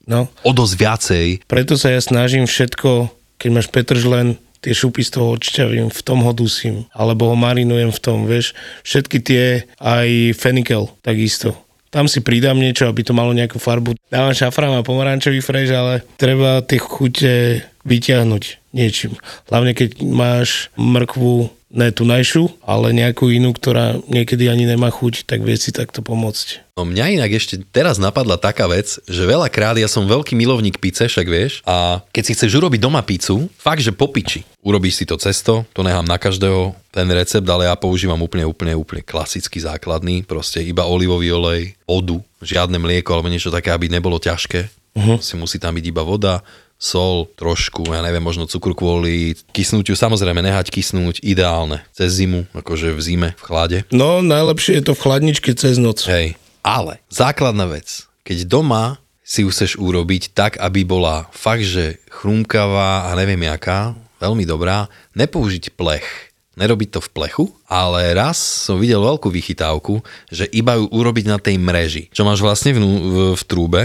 [SPEAKER 1] No.
[SPEAKER 2] o dosť viacej.
[SPEAKER 1] Preto sa ja snažím všetko, keď máš petržlen, tie šupy z toho odšťavím, v tom ho dusím, alebo ho marinujem v tom, vieš. Všetky tie, aj fenikel, takisto. Tam si pridám niečo, aby to malo nejakú farbu. Dávam šafrán a pomarančový frež, ale treba tie chute vyťahnuť niečím. Hlavne keď máš mrkvu, ne tú najšiu, ale nejakú inú, ktorá niekedy ani nemá chuť, tak vie si takto pomôcť.
[SPEAKER 2] No mňa inak ešte teraz napadla taká vec, že veľakrát ja som veľký milovník pice, však vieš, a keď si chceš urobiť doma pizzu, fakt, že po piči. Urobíš si to cesto, to nechám na každého ten recept, ale ja používam úplne, úplne, úplne klasický základný, proste iba olivový olej, vodu, žiadne mlieko alebo niečo také, aby nebolo ťažké. Uh-huh. Si musí tam byť iba voda, sol, trošku, ja neviem, možno cukru kvôli kysnutiu, samozrejme nehať kysnúť, ideálne, cez zimu, akože v zime, v chlade.
[SPEAKER 1] No, najlepšie je to v chladničke cez noc.
[SPEAKER 2] Hej, ale základná vec, keď doma si ju chceš urobiť tak, aby bola fakt, že chrumkavá a neviem jaká, veľmi dobrá, nepoužiť plech. Nerobiť to v plechu, ale raz som videl veľkú vychytávku, že iba ju urobiť na tej mreži, čo máš vlastne vnú, v, v trúbe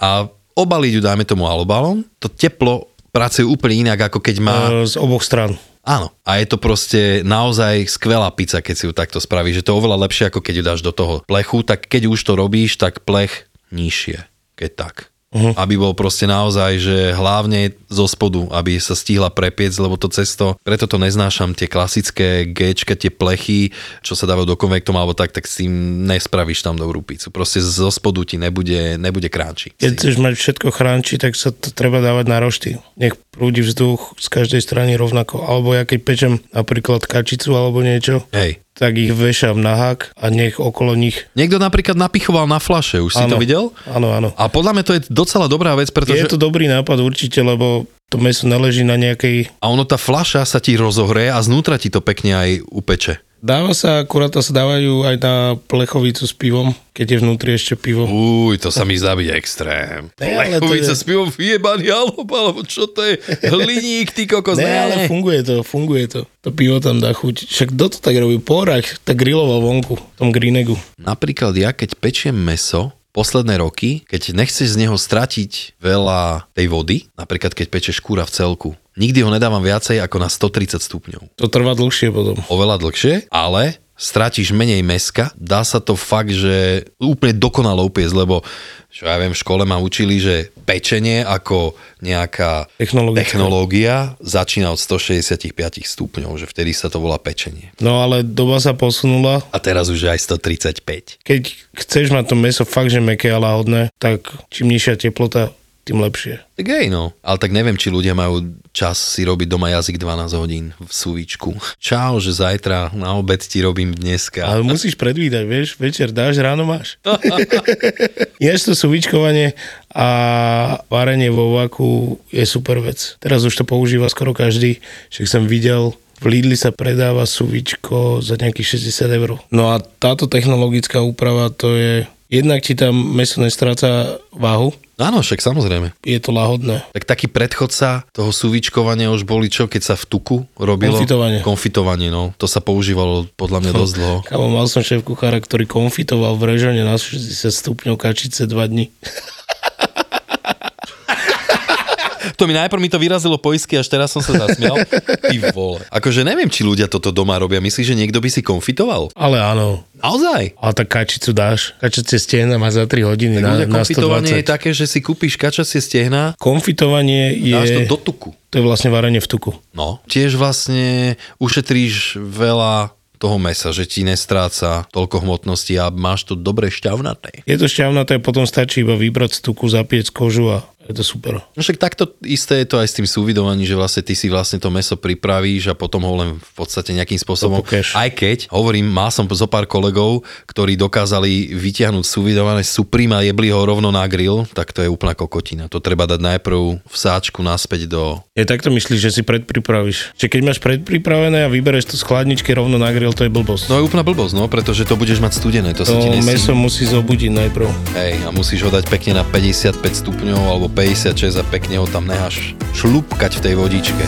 [SPEAKER 2] a obaliť ju, dajme tomu alobalom, to teplo pracuje úplne inak, ako keď má...
[SPEAKER 1] E, Z oboch strán.
[SPEAKER 2] Áno. A je to proste naozaj skvelá pizza, keď si ju takto spravíš. Že to je oveľa lepšie, ako keď ju dáš do toho plechu. Tak keď už to robíš, tak plech nižšie. Keď tak.
[SPEAKER 1] Mhm.
[SPEAKER 2] Uh-huh. Aby bol proste naozaj, že hlavne zo spodu, aby sa stihla prepiec, lebo to cesto, preto to neznášam, tie klasické Gčka, tie plechy, čo sa dávajú do konvektom alebo tak, tak s tým nespravíš tam dobrú pizzu. Proste zo spodu ti nebude, nebude kránčik.
[SPEAKER 1] Keď chceš mať všetko chránči, tak sa to treba dávať na rošty. Nech prúdi vzduch z každej strany rovnako. Alebo ja keď pečem napríklad kačicu alebo niečo,
[SPEAKER 2] Hej.
[SPEAKER 1] tak ich vešam na hák a nech okolo nich...
[SPEAKER 2] Niekto napríklad napichoval na flaše, už si
[SPEAKER 1] Áno,
[SPEAKER 2] to videl?
[SPEAKER 1] Áno, áno.
[SPEAKER 2] A podľa mňa to je docela dobrá vec,
[SPEAKER 1] Je
[SPEAKER 2] pretože...
[SPEAKER 1] to dobrý nápad určite, lebo to meso naleží na nejakej...
[SPEAKER 2] A ono tá fľaša sa ti rozohrie a znútra ti to pekne aj upeče.
[SPEAKER 1] Dáva sa, akurát sa dávajú aj na plechovicu s pivom, keď je vnútri ešte pivo.
[SPEAKER 2] Uj, to sa mi zdá byť extrém.
[SPEAKER 1] Ne, ale to
[SPEAKER 2] Lechovica
[SPEAKER 1] je-
[SPEAKER 2] s pivom vyjebaný alob, alebo čo to je? Hliník, ty kokos, ne,
[SPEAKER 1] Ne, ale funguje to, funguje to. To pivo tam dá chuť. Však kto to tak robí? Porach, tak griloval vonku, v tom grinegu.
[SPEAKER 2] Napríklad ja, keď pečiem meso, posledné roky, keď nechceš z neho stratiť veľa tej vody, napríklad keď pečeš kúra v celku, nikdy ho nedávam viacej ako na 130 stupňov.
[SPEAKER 1] To trvá dlhšie potom.
[SPEAKER 2] Oveľa dlhšie, ale stratíš menej meska, dá sa to fakt, že úplne dokonalo upiecť, lebo čo ja viem, v škole ma učili, že pečenie ako nejaká
[SPEAKER 1] Technologické.
[SPEAKER 2] technológia začína od 165 stupňov, že vtedy sa to volá pečenie.
[SPEAKER 1] No ale doba sa posunula.
[SPEAKER 2] A teraz už aj 135.
[SPEAKER 1] Keď chceš mať to meso fakt, že meké a lahodné, tak čím nižšia teplota, tým lepšie.
[SPEAKER 2] Tak hej, no. Ale tak neviem, či ľudia majú čas si robiť doma jazyk 12 hodín v súvičku. Čau, že zajtra na obed ti robím dneska.
[SPEAKER 1] Ale musíš predvídať, vieš, večer dáš, ráno máš. Ináč to súvičkovanie a varenie vo vaku je super vec. Teraz už to používa skoro každý, však som videl v Lidli sa predáva súvičko za nejakých 60 eur. No a táto technologická úprava to je, jednak ti tam meso nestráca váhu,
[SPEAKER 2] Áno, však samozrejme.
[SPEAKER 1] je to lahodné.
[SPEAKER 2] Tak taký predchodca toho súvičkovania už boli čo, keď sa v tuku robilo?
[SPEAKER 1] Konfitovanie.
[SPEAKER 2] Konfitovanie, no. To sa používalo podľa mňa dosť dlho.
[SPEAKER 1] Kamo, mal som šéf kuchára, ktorý konfitoval v režone na 60 stupňov kačice 2 dní.
[SPEAKER 2] To mi najprv mi to vyrazilo poisky, až teraz som sa zasmial. Ty vole. Akože neviem, či ľudia toto doma robia. Myslíš, že niekto by si konfitoval?
[SPEAKER 1] Ale áno,
[SPEAKER 2] Naozaj?
[SPEAKER 1] A tak kačicu dáš. Kačacie stiehna má za 3 hodiny
[SPEAKER 2] Na,
[SPEAKER 1] na,
[SPEAKER 2] ľudia,
[SPEAKER 1] na
[SPEAKER 2] konfitovanie
[SPEAKER 1] 120.
[SPEAKER 2] je také, že si kúpiš kačacie stehna,
[SPEAKER 1] Konfitovanie
[SPEAKER 2] dáš to
[SPEAKER 1] je,
[SPEAKER 2] do tuku.
[SPEAKER 1] to je vlastne varenie v tuku.
[SPEAKER 2] No. Tiež vlastne ušetríš veľa toho mesa, že ti nestráca toľko hmotnosti a máš to dobre šťavnaté.
[SPEAKER 1] Je to šťavnaté, potom stačí iba vybrať z tuku, zapiec kožu a je to super.
[SPEAKER 2] No Však takto isté je to aj s tým súvidovaním, že vlastne ty si vlastne to meso pripravíš a potom ho len v podstate nejakým spôsobom.
[SPEAKER 1] Dopokeš.
[SPEAKER 2] Aj keď, hovorím, mal som zo pár kolegov, ktorí dokázali vytiahnuť súvidované suprím a jebli ho rovno na grill, tak to je úplná kokotina. To treba dať najprv v sáčku naspäť do...
[SPEAKER 1] Je takto myslíš, že si predpripravíš. Čiže keď máš predpripravené a vybereš to z chladničky rovno na grill, to je blbosť.
[SPEAKER 2] To je úplná blbosť, no, pretože to budeš mať studené, to sa
[SPEAKER 1] To
[SPEAKER 2] ti nesí.
[SPEAKER 1] meso musí zobudiť najprv.
[SPEAKER 2] Hej, a musíš ho dať pekne na 55 stupňov alebo 56 a pekne ho tam necháš šlupkať v tej vodičke.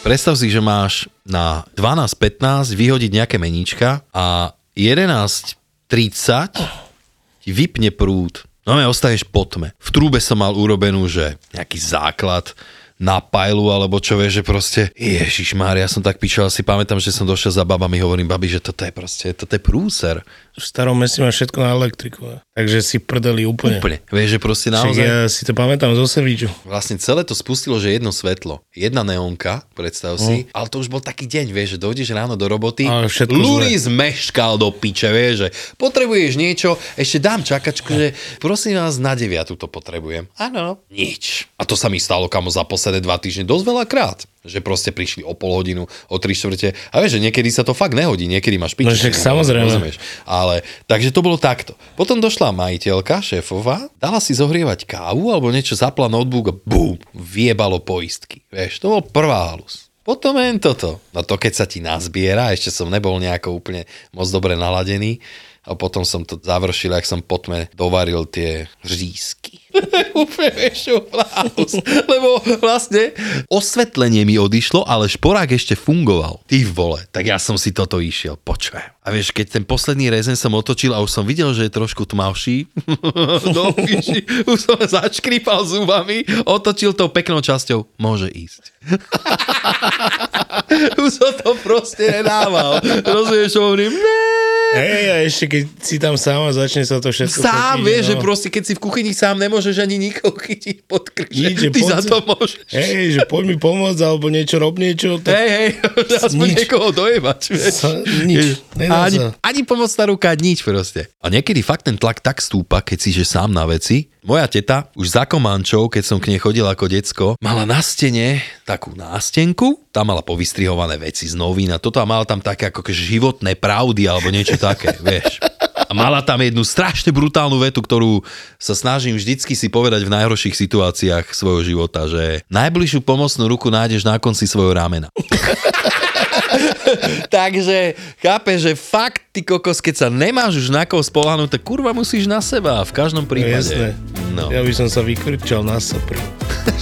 [SPEAKER 2] Predstav si, že máš na 12.15 vyhodiť nejaké meníčka a 11.30 ti vypne prúd. No a ostaneš po tme. V trúbe som mal urobenú, že nejaký základ na pajlu, alebo čo vieš, že proste Ježiš Mária, som tak pičoval, si pamätám, že som došiel za babami, hovorím babi, že toto je proste, toto je prúser.
[SPEAKER 1] V starom meste máš všetko na elektriku. Takže si prdeli úplne.
[SPEAKER 2] Úplne. Vieš, že proste
[SPEAKER 1] Však
[SPEAKER 2] naozaj...
[SPEAKER 1] ja si to pamätám zo Seviču.
[SPEAKER 2] Vlastne celé to spustilo, že jedno svetlo, jedna neonka, predstav si, ale to už bol taký deň, vieš, že dojdeš ráno do roboty,
[SPEAKER 1] A všetko
[SPEAKER 2] Luri zmeškal do piče, vieš, že potrebuješ niečo, ešte dám čakačku, že prosím vás, na deviatu to potrebujem. Áno, nič. A to sa mi stalo, kamo, za posledné dva týždne dosť veľa krát že proste prišli o pol hodinu, o tri štvrte. A vieš, že niekedy sa to fakt nehodí, niekedy máš piči.
[SPEAKER 1] No však samozrejme.
[SPEAKER 2] Rozumieš? Ale, takže to bolo takto. Potom došla majiteľka, šéfová, dala si zohrievať kávu alebo niečo, zapla notebook a bum, vyjebalo poistky. Vieš, to bol prvá halus. Potom len toto. No to keď sa ti nazbiera, ešte som nebol nejako úplne moc dobre naladený, a potom som to završil, ak som potme dovaril tie řízky. Úplne vieš, úplná halus. lebo vlastne osvetlenie mi odišlo, ale šporák ešte fungoval. Ty vole, tak ja som si toto išiel, počujem. A vieš, keď ten posledný rezen som otočil a už som videl, že je trošku tmavší, do piči, už som zaškrípal zubami, otočil to peknou časťou, môže ísť. už som to proste nedával. Rozumieš, čo hovorím? Ne,
[SPEAKER 1] Hej, a ešte keď si tam sám a začne sa to všetko no.
[SPEAKER 2] Sám
[SPEAKER 1] fotiť,
[SPEAKER 2] vieš, že proste keď si v kuchyni sám nemôžeš ani nikoho chytiť pod
[SPEAKER 1] Nič, že
[SPEAKER 2] krče. Ty
[SPEAKER 1] poď
[SPEAKER 2] za
[SPEAKER 1] sa-
[SPEAKER 2] to môžeš.
[SPEAKER 1] Hej, že poď mi pomôcť, alebo niečo, rob niečo. Tak...
[SPEAKER 2] Hej, hej, aspoň
[SPEAKER 1] Nič.
[SPEAKER 2] niekoho dojebať, vieš.
[SPEAKER 1] Sa, nič, nedá
[SPEAKER 2] ani,
[SPEAKER 1] sa. No,
[SPEAKER 2] ani pomocná ruka, nič proste. A niekedy fakt ten tlak tak stúpa, keď si že sám na veci. Moja teta už za komančou, keď som k nej chodil ako decko, mala na stene takú nástenku, tam mala povystrihované veci z novín a toto a mala tam také ako kež životné pravdy alebo niečo také, vieš. A mala tam jednu strašne brutálnu vetu, ktorú sa snažím vždycky si povedať v najhorších situáciách svojho života, že najbližšiu pomocnú ruku nájdeš na konci svojho ramena. Takže chápe, že fakt ty kokos, keď sa nemáš už na koho spolahnúť, tak kurva musíš na seba v každom prípade.
[SPEAKER 1] jasné.
[SPEAKER 2] No.
[SPEAKER 1] Ja by som sa vykrčal na sopri.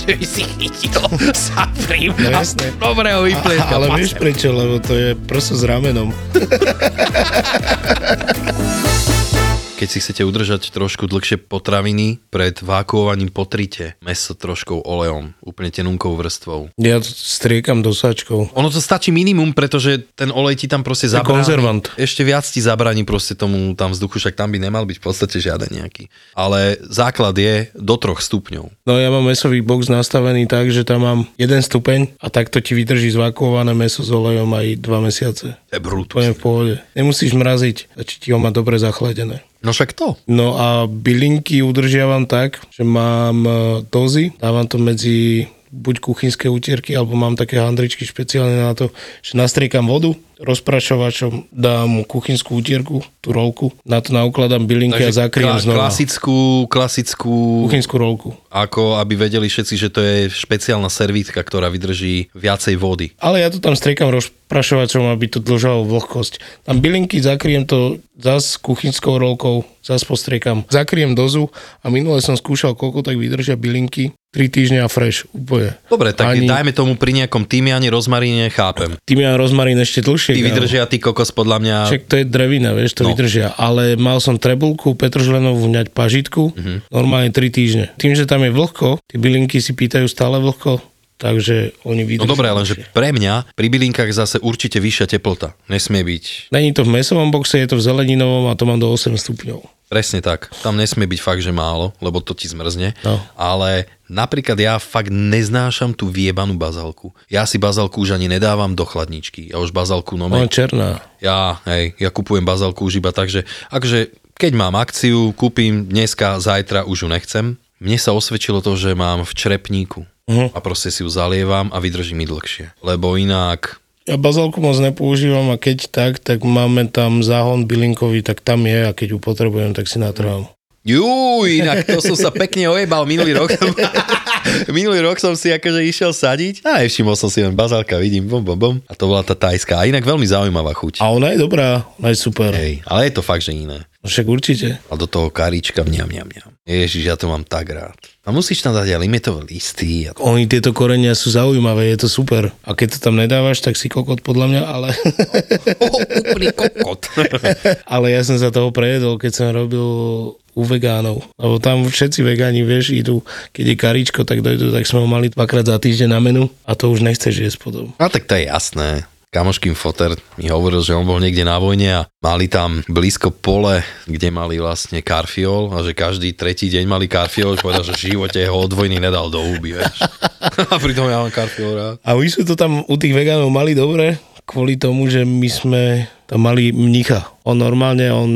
[SPEAKER 2] Že by si chytil sa prím
[SPEAKER 1] No
[SPEAKER 2] a
[SPEAKER 1] jasné.
[SPEAKER 2] dobre ho vyplietka.
[SPEAKER 1] Ale
[SPEAKER 2] pa
[SPEAKER 1] vieš
[SPEAKER 2] sem.
[SPEAKER 1] prečo, lebo to je prosto s ramenom.
[SPEAKER 2] Keď si chcete udržať trošku dlhšie potraviny, pred vákuovaním potrite meso troškou olejom, úplne tenunkou vrstvou.
[SPEAKER 1] Ja to striekam dosáčkou.
[SPEAKER 2] Ono to stačí minimum, pretože ten olej ti tam proste
[SPEAKER 1] Je
[SPEAKER 2] zabráni.
[SPEAKER 1] konzervant.
[SPEAKER 2] Ešte viac ti zabráni proste tomu tam vzduchu, však tam by nemal byť v podstate žiaden nejaký. Ale základ je do troch stupňov.
[SPEAKER 1] No ja mám mesový box nastavený tak, že tam mám jeden stupeň a takto ti vydrží zvakuované meso s olejom aj dva mesiace.
[SPEAKER 2] To je brut.
[SPEAKER 1] Úplne v pohode. Nemusíš mraziť, stačí ti ho mať dobre zachladené.
[SPEAKER 2] No však to.
[SPEAKER 1] No a bylinky udržiavam tak, že mám e, dozy, dávam to medzi buď kuchynské utierky, alebo mám také handričky špeciálne na to, že nastriekam vodu, rozprašovačom dám kuchynskú utierku, tú rolku, na to naukladám bylinky a zakriem
[SPEAKER 2] kla-
[SPEAKER 1] znova.
[SPEAKER 2] klasickú, klasickú,
[SPEAKER 1] Kuchynskú rolku.
[SPEAKER 2] ako aby vedeli všetci, že to je špeciálna servítka, ktorá vydrží viacej vody.
[SPEAKER 1] Ale ja to tam striekam rozprašovačom, aby to dlžalo vlhkosť. Tam bylinky zakriem to zas kuchynskou rolkou, zas postriekam. Zakriem dozu a minule som skúšal, koľko tak vydržia bylinky. 3 týždňa a fresh, úplne.
[SPEAKER 2] Dobre, tak Ani...
[SPEAKER 1] Ani-
[SPEAKER 2] dajme tomu pri nejakom tymiane, rozmaríne, chápem.
[SPEAKER 1] Tymián rozmarín ešte dlhšie.
[SPEAKER 2] Ty
[SPEAKER 1] kámo.
[SPEAKER 2] vydržia ty kokos podľa mňa...
[SPEAKER 1] Však to je drevina, vieš, to no.
[SPEAKER 2] No.
[SPEAKER 1] vydržia. Ale mal som trebulku, petržlenovú, ňať pažitku,
[SPEAKER 2] Mhm.
[SPEAKER 1] normálne 3 týždne. Tým, že tam je vlhko, tie bylinky si pýtajú stále vlhko, takže oni
[SPEAKER 2] No
[SPEAKER 1] vydržia.
[SPEAKER 2] dobre, lenže pre mňa pri bylinkách zase určite vyššia teplota. Nesmie byť.
[SPEAKER 1] Není to v mesovom boxe, je to v zeleninovom a to mám do 8 stupňov.
[SPEAKER 2] Presne tak. Tam nesmie byť fakt, že málo, lebo to ti zmrzne.
[SPEAKER 1] No.
[SPEAKER 2] Ale napríklad ja fakt neznášam tú viebanú bazalku. Ja si bazalku už ani nedávam do chladničky. Ja už bazalku no
[SPEAKER 1] Ona je černá.
[SPEAKER 2] Ja, hej, ja kupujem bazalku už iba tak, že akože keď mám akciu, kúpim dneska, zajtra už ju nechcem. Mne sa osvedčilo to, že mám v črepníku uh-huh. a proste si ju zalievam a vydrží mi dlhšie. Lebo inak,
[SPEAKER 1] Ja bazalku moc nepoužívam a keď tak, tak máme tam záhon bylinkový, tak tam je a keď ju potrebujem, tak si natrhám.
[SPEAKER 2] Jú, inak to som sa pekne ojebal minulý rok. minulý rok som si akože išiel sadiť a aj všimol som si len bazálka, vidím, bom, bom, bom. A to bola tá tajská. A inak veľmi zaujímavá chuť.
[SPEAKER 1] A ona je dobrá, ona je super. No
[SPEAKER 2] Hej, ale je to fakt, že iné.
[SPEAKER 1] Však určite.
[SPEAKER 2] A do toho karička mňam, mňam, mňam. Ježiš, ja to mám tak rád. A musíš tam dať aj limetové listy. A...
[SPEAKER 1] Oni tieto korenia sú zaujímavé, je to super. A keď to tam nedávaš, tak si kokot podľa mňa, ale,
[SPEAKER 2] Oh, úplný kokot.
[SPEAKER 1] ale ja som sa toho prejedol, keď som robil u vegánov. Lebo tam všetci vegáni, vieš, idú, keď je karičko, tak dojdú, tak sme ho mali dvakrát za týždeň na menu a to už nechceš jesť potom.
[SPEAKER 2] a No, tak to je jasné. Kamoškým foter mi hovoril, že on bol niekde na vojne a mali tam blízko pole, kde mali vlastne karfiol a že každý tretí deň mali karfiol, že povedal, že v živote ho odvojný nedal do huby, vieš. A pritom ja mám karfiol rád.
[SPEAKER 1] A my sme to tam u tých vegánov mali dobre, kvôli tomu, že my sme tam mali mnicha. On normálne, on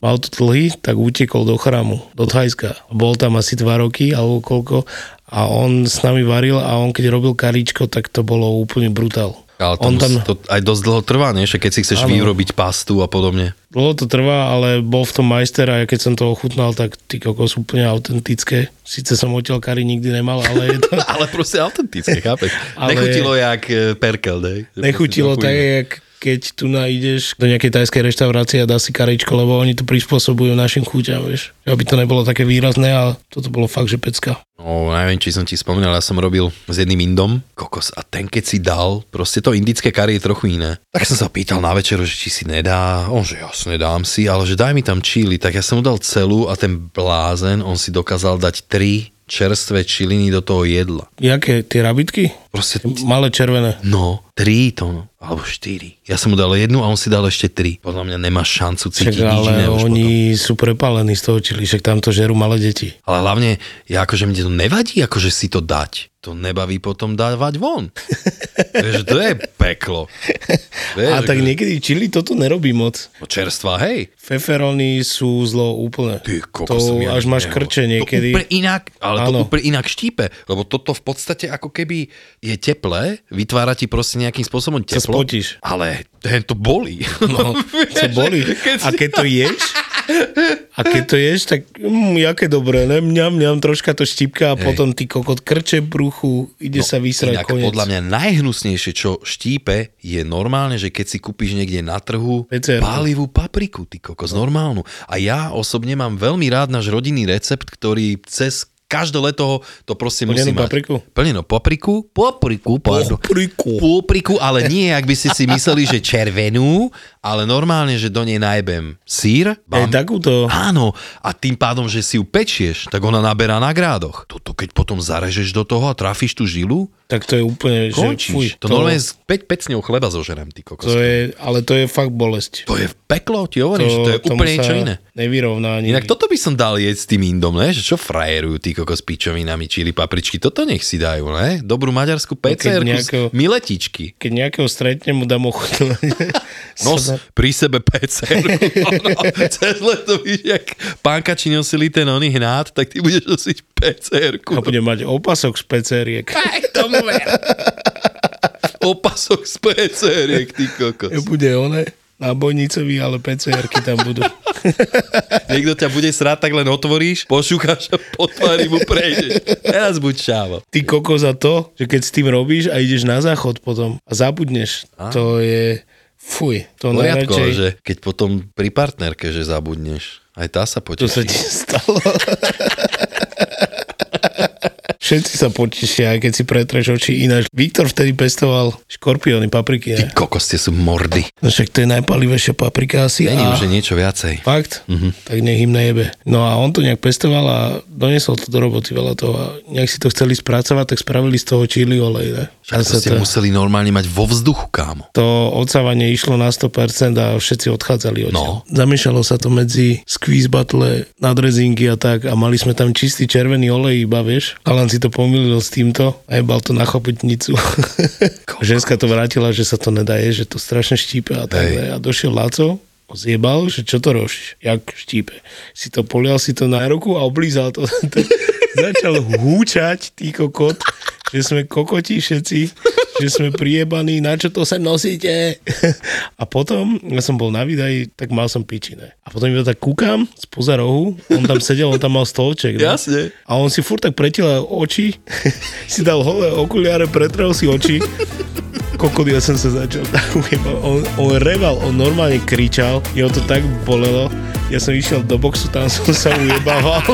[SPEAKER 1] mal to dlhý, tak utekol do chrámu, do Thajska. Bol tam asi 2 roky, alebo koľko, a on s nami varil a on keď robil karičko, tak to bolo úplne brutál.
[SPEAKER 2] Ale to,
[SPEAKER 1] on tam,
[SPEAKER 2] to aj dosť dlho trvá, nie? Že keď si chceš
[SPEAKER 1] Áno.
[SPEAKER 2] vyrobiť pastu a podobne.
[SPEAKER 1] dlho to trvá, ale bol v tom majster a ja keď som to ochutnal, tak ty kokos úplne autentické. Síce som odtiaľ kari nikdy nemal, ale je to,
[SPEAKER 2] Ale proste autentické, chápeš? Ale...
[SPEAKER 1] Ale-
[SPEAKER 2] Nechutilo jak e, perkel, dej? Že
[SPEAKER 1] Nechutilo
[SPEAKER 2] proste
[SPEAKER 1] tak, jak keď tu nájdeš do nejakej tajskej reštaurácie a dá si karičko, lebo oni to prispôsobujú našim chuťam, vieš. Aby to nebolo také výrazné, ale toto bolo fakt, že pecka.
[SPEAKER 2] No, neviem, či som ti spomínal, ja som robil s jedným Indom kokos a ten keď si dal, proste to indické kari je trochu iné. Tak som sa pýtal na večeru, že či si nedá, on že jasne dám si, ale že daj mi tam čili, tak ja som mu dal celú a ten blázen, on si dokázal dať tri čerstvé čiliny do toho jedla.
[SPEAKER 1] Jaké, tie rabitky?
[SPEAKER 2] Proste,
[SPEAKER 1] Malé červené.
[SPEAKER 2] no, tri to, alebo štyri. Ja som mu dal jednu a on si dal ešte tri. Podľa mňa nemá
[SPEAKER 1] Však,
[SPEAKER 2] šancu cítiť nič
[SPEAKER 1] ale
[SPEAKER 2] iné už potom.
[SPEAKER 1] oni sú prepálení z toho čili, však tam to žerú malé deti.
[SPEAKER 2] Ale hlavne, ja akože mne to nevadí, akože si to dať. To nebaví potom dávať von. Vieš, to je peklo. Vieš,
[SPEAKER 1] A tak
[SPEAKER 2] akože-
[SPEAKER 1] niekedy čili toto nerobí moc.
[SPEAKER 2] No Čerstvá, hej.
[SPEAKER 1] Feferony sú zlo úplne.
[SPEAKER 2] Ty,
[SPEAKER 1] to
[SPEAKER 2] kokos, som ja
[SPEAKER 1] až máš
[SPEAKER 2] neho-
[SPEAKER 1] krče
[SPEAKER 2] To
[SPEAKER 1] niekedy.
[SPEAKER 2] úplne inak, ale to
[SPEAKER 1] Áno.
[SPEAKER 2] úplne inak štípe, lebo toto v podstate ako keby je teplé, vytvára ti proste nejakým spôsobom
[SPEAKER 1] Sa
[SPEAKER 2] teplo.
[SPEAKER 1] spotíš.
[SPEAKER 2] Ale ten to bolí.
[SPEAKER 1] No, to boli. A keď to ješ, a keď to ješ, tak mm, jaké dobré, ne? Mňam, mňam, troška to štipka a potom ty kokot krče v bruchu, ide sa vysrať
[SPEAKER 2] No, Inak
[SPEAKER 1] koniec.
[SPEAKER 2] podľa mňa najhnusnejšie, čo štípe, je normálne, že keď si kúpiš niekde na trhu
[SPEAKER 1] PCR.
[SPEAKER 2] pálivú papriku, ty kokos,
[SPEAKER 1] No.
[SPEAKER 2] normálnu. A ja osobne mám veľmi rád náš rodinný recept, ktorý cez každé leto ho to proste musí
[SPEAKER 1] Plnenú
[SPEAKER 2] mať.
[SPEAKER 1] papriku?
[SPEAKER 2] Plnenú papriku? Papriku, pardon.
[SPEAKER 1] Papriku.
[SPEAKER 2] Papriku, ale nie, ak by ste si mysleli, že červenú, ale normálne, že do nej najbem
[SPEAKER 1] Aj
[SPEAKER 2] sír, bam,
[SPEAKER 1] takúto,
[SPEAKER 2] Áno, a tým pádom, že si ju pečieš, tak ona naberá na grádoch. Toto keď potom zarežeš do toho a trafíš tú žilu,
[SPEAKER 1] tak to je úplne, že fuj,
[SPEAKER 2] končíš. to, normálne z 5 pecňou chleba zožerem, ty kokos.
[SPEAKER 1] to je, ale to je fakt bolesť.
[SPEAKER 2] to je peklo, ti hovorím, to, že to je
[SPEAKER 1] tomu
[SPEAKER 2] úplne niečo
[SPEAKER 1] sa
[SPEAKER 2] iné.
[SPEAKER 1] Nevyrovná ani.
[SPEAKER 2] Inak toto by som dal jedť s tým Indom, ne? že čo frajerujú tí kokos pičovinami, čili papričky, toto nech si dajú, ne? Dobrú maďarskú PCR,
[SPEAKER 1] No nejakého-
[SPEAKER 2] nejakého... miletičky.
[SPEAKER 1] Keď nejakého stretnem, mu dám ochutnať.
[SPEAKER 2] Nos pri sebe PCR. No, cez leto víš, jak pánka či nosili ten oný hnát, tak ty budeš nosiť PCR.
[SPEAKER 1] A budem mať opasok z peceriek.
[SPEAKER 2] Opasok z PCR, ty kokos.
[SPEAKER 1] Bude one nábojnicový, ale pecerky tam budú.
[SPEAKER 2] Niekto ťa bude srať, tak len otvoríš, pošúkaš a po tvári mu prejdeš. Teraz buď šávo.
[SPEAKER 1] Ty koko za to, že keď s tým robíš a ideš na záchod potom a zabudneš, to je... Fuj, to
[SPEAKER 2] Poriadko,
[SPEAKER 1] najradšej...
[SPEAKER 2] že keď potom pri partnerke, že zabudneš, aj tá sa
[SPEAKER 1] To sa
[SPEAKER 2] poteší.
[SPEAKER 1] ti stalo. Všetci sa potešia, aj keď si pretreš oči. Ináč, Viktor vtedy pestoval škorpióny, papriky.
[SPEAKER 2] Ty
[SPEAKER 1] Ne?
[SPEAKER 2] kokos, tie sú mordy.
[SPEAKER 1] No však to je najpalivejšia paprika asi.
[SPEAKER 2] Není
[SPEAKER 1] a...
[SPEAKER 2] už je niečo viacej.
[SPEAKER 1] Fakt?
[SPEAKER 2] Mhm.
[SPEAKER 1] Uh-huh. Tak nech im najebe. No a on to nejak pestoval a donesol to do roboty veľa toho. A nejak si to chceli spracovať, tak spravili z toho čili olej. Ne?
[SPEAKER 2] Však to
[SPEAKER 1] sa
[SPEAKER 2] ste museli normálne mať vo vzduchu, kámo.
[SPEAKER 1] to odsávanie išlo na 100% a všetci odchádzali od
[SPEAKER 2] No.
[SPEAKER 1] Zamiešalo sa to medzi squeeze battle, nadrezinky a tak a mali sme tam čistý červený olej iba, vieš. Alan si to pomýlil s týmto a jebal to na chopotnicu. Ženská to vrátila, že sa to nedá je, že to strašne štípe a tak.
[SPEAKER 2] Hej.
[SPEAKER 1] ne. A došiel Laco, ho zjebal, že čo to rošíš, jak štípe. Si to polial si to na ruku a oblízal to. to začal húčať, ty kokot, že sme kokoti všetci, že sme priebaní, na čo to sem nosíte. A potom, ja som bol na výdaji, tak mal som pičine. A potom iba tak kúkam spoza rohu, on tam sedel, on tam mal stolček. no. ne?
[SPEAKER 2] Jasne.
[SPEAKER 1] A on si furt tak pretielal oči, si dal holé okuliare, pretrel si oči. Kokot, ja som sa začal tak ujebať. on, on reval, on normálne kričal, jeho to tak bolelo. Ja som išiel do boxu, tam som sa ujebával.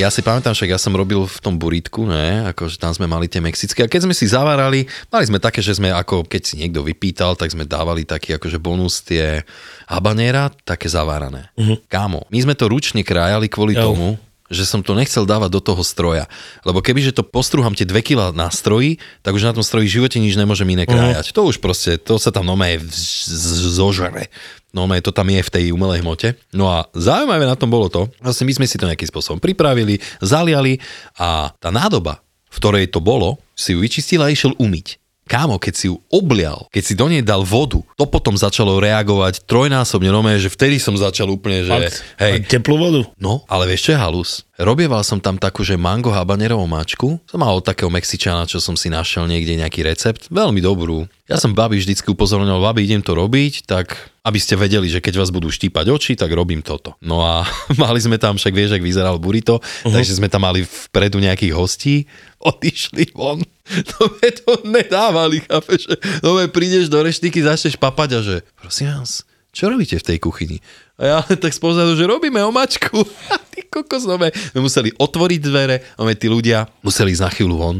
[SPEAKER 2] Ja si pamätám, však ja som robil v tom burítku, ne, akože tam sme mali tie mexické. A keď sme si zavárali, mali sme také, že sme ako, keď si niekto vypýtal, tak sme dávali taký akože bonus tie habanera, také zavárané. Kámo, my sme to ručne krájali kvôli
[SPEAKER 1] Jo.
[SPEAKER 2] tomu, že som to nechcel dávať do toho stroja. Lebo kebyže to postruham tie 2 kg na stroji, tak už na tom stroji v živote nič nemôžem
[SPEAKER 1] Mhm.
[SPEAKER 2] iné krájať. To už proste, to sa tam nome zožere. No to tam je v tej umelej hmote. No a zaujímavé na tom bolo to, vlastne my sme si to nejakým spôsobom pripravili, zaliali a tá nádoba, v ktorej to bolo, si ju vyčistila a išiel umyť. Kámo, keď si ju oblial, keď si do nej dal vodu, to potom začalo reagovať trojnásobne, no že vtedy som začal úplne, že
[SPEAKER 1] Fakt.
[SPEAKER 2] hej,
[SPEAKER 1] A Teplú vodu.
[SPEAKER 2] No, ale vieš čo je halus? Robieval som tam takú, že mango habanerovú mačku. Som mal od takého Mexičana, čo som si našiel niekde nejaký recept. Veľmi dobrú. Ja som babi vždycky upozorňoval, babi idem to robiť, tak aby ste vedeli, že keď vás budú štípať oči, tak robím toto. No a mali sme tam, však vieš, ak vyzeral burrito, uh-huh. takže sme tam mali vpredu nejakých hostí, odišli von. No me to nedávali, chápeš? No me prídeš do reštiky, začneš papať a že, prosím vás, čo robíte v tej kuchyni? A ja len tak spozadu, že robíme omačku. A ty kokos, no my my museli otvoriť dvere, no my tí ľudia museli ísť na chvíľu von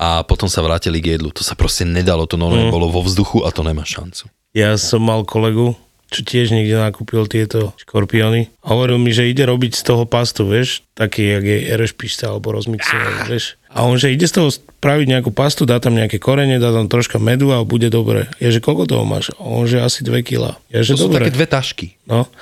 [SPEAKER 2] a potom sa vrátili k jedlu. To sa proste nedalo, to normálne bolo vo vzduchu a to nemá šancu.
[SPEAKER 1] Ja som mal kolegu, čo tiež niekde nakúpil tieto škorpióny. A hovoril mi, že ide robiť z toho pastu, vieš, taký, jak je RS pišta alebo
[SPEAKER 2] Ah!
[SPEAKER 1] rozmixovaný, vieš. A on, že ide z toho spraviť nejakú pastu, dá tam nejaké korene, dá tam troška medu a bude dobre. Ja, že koľko toho máš? A on, že asi 2 kg. Ja, že
[SPEAKER 2] To sú
[SPEAKER 1] dobre.
[SPEAKER 2] také dve tašky.
[SPEAKER 1] No.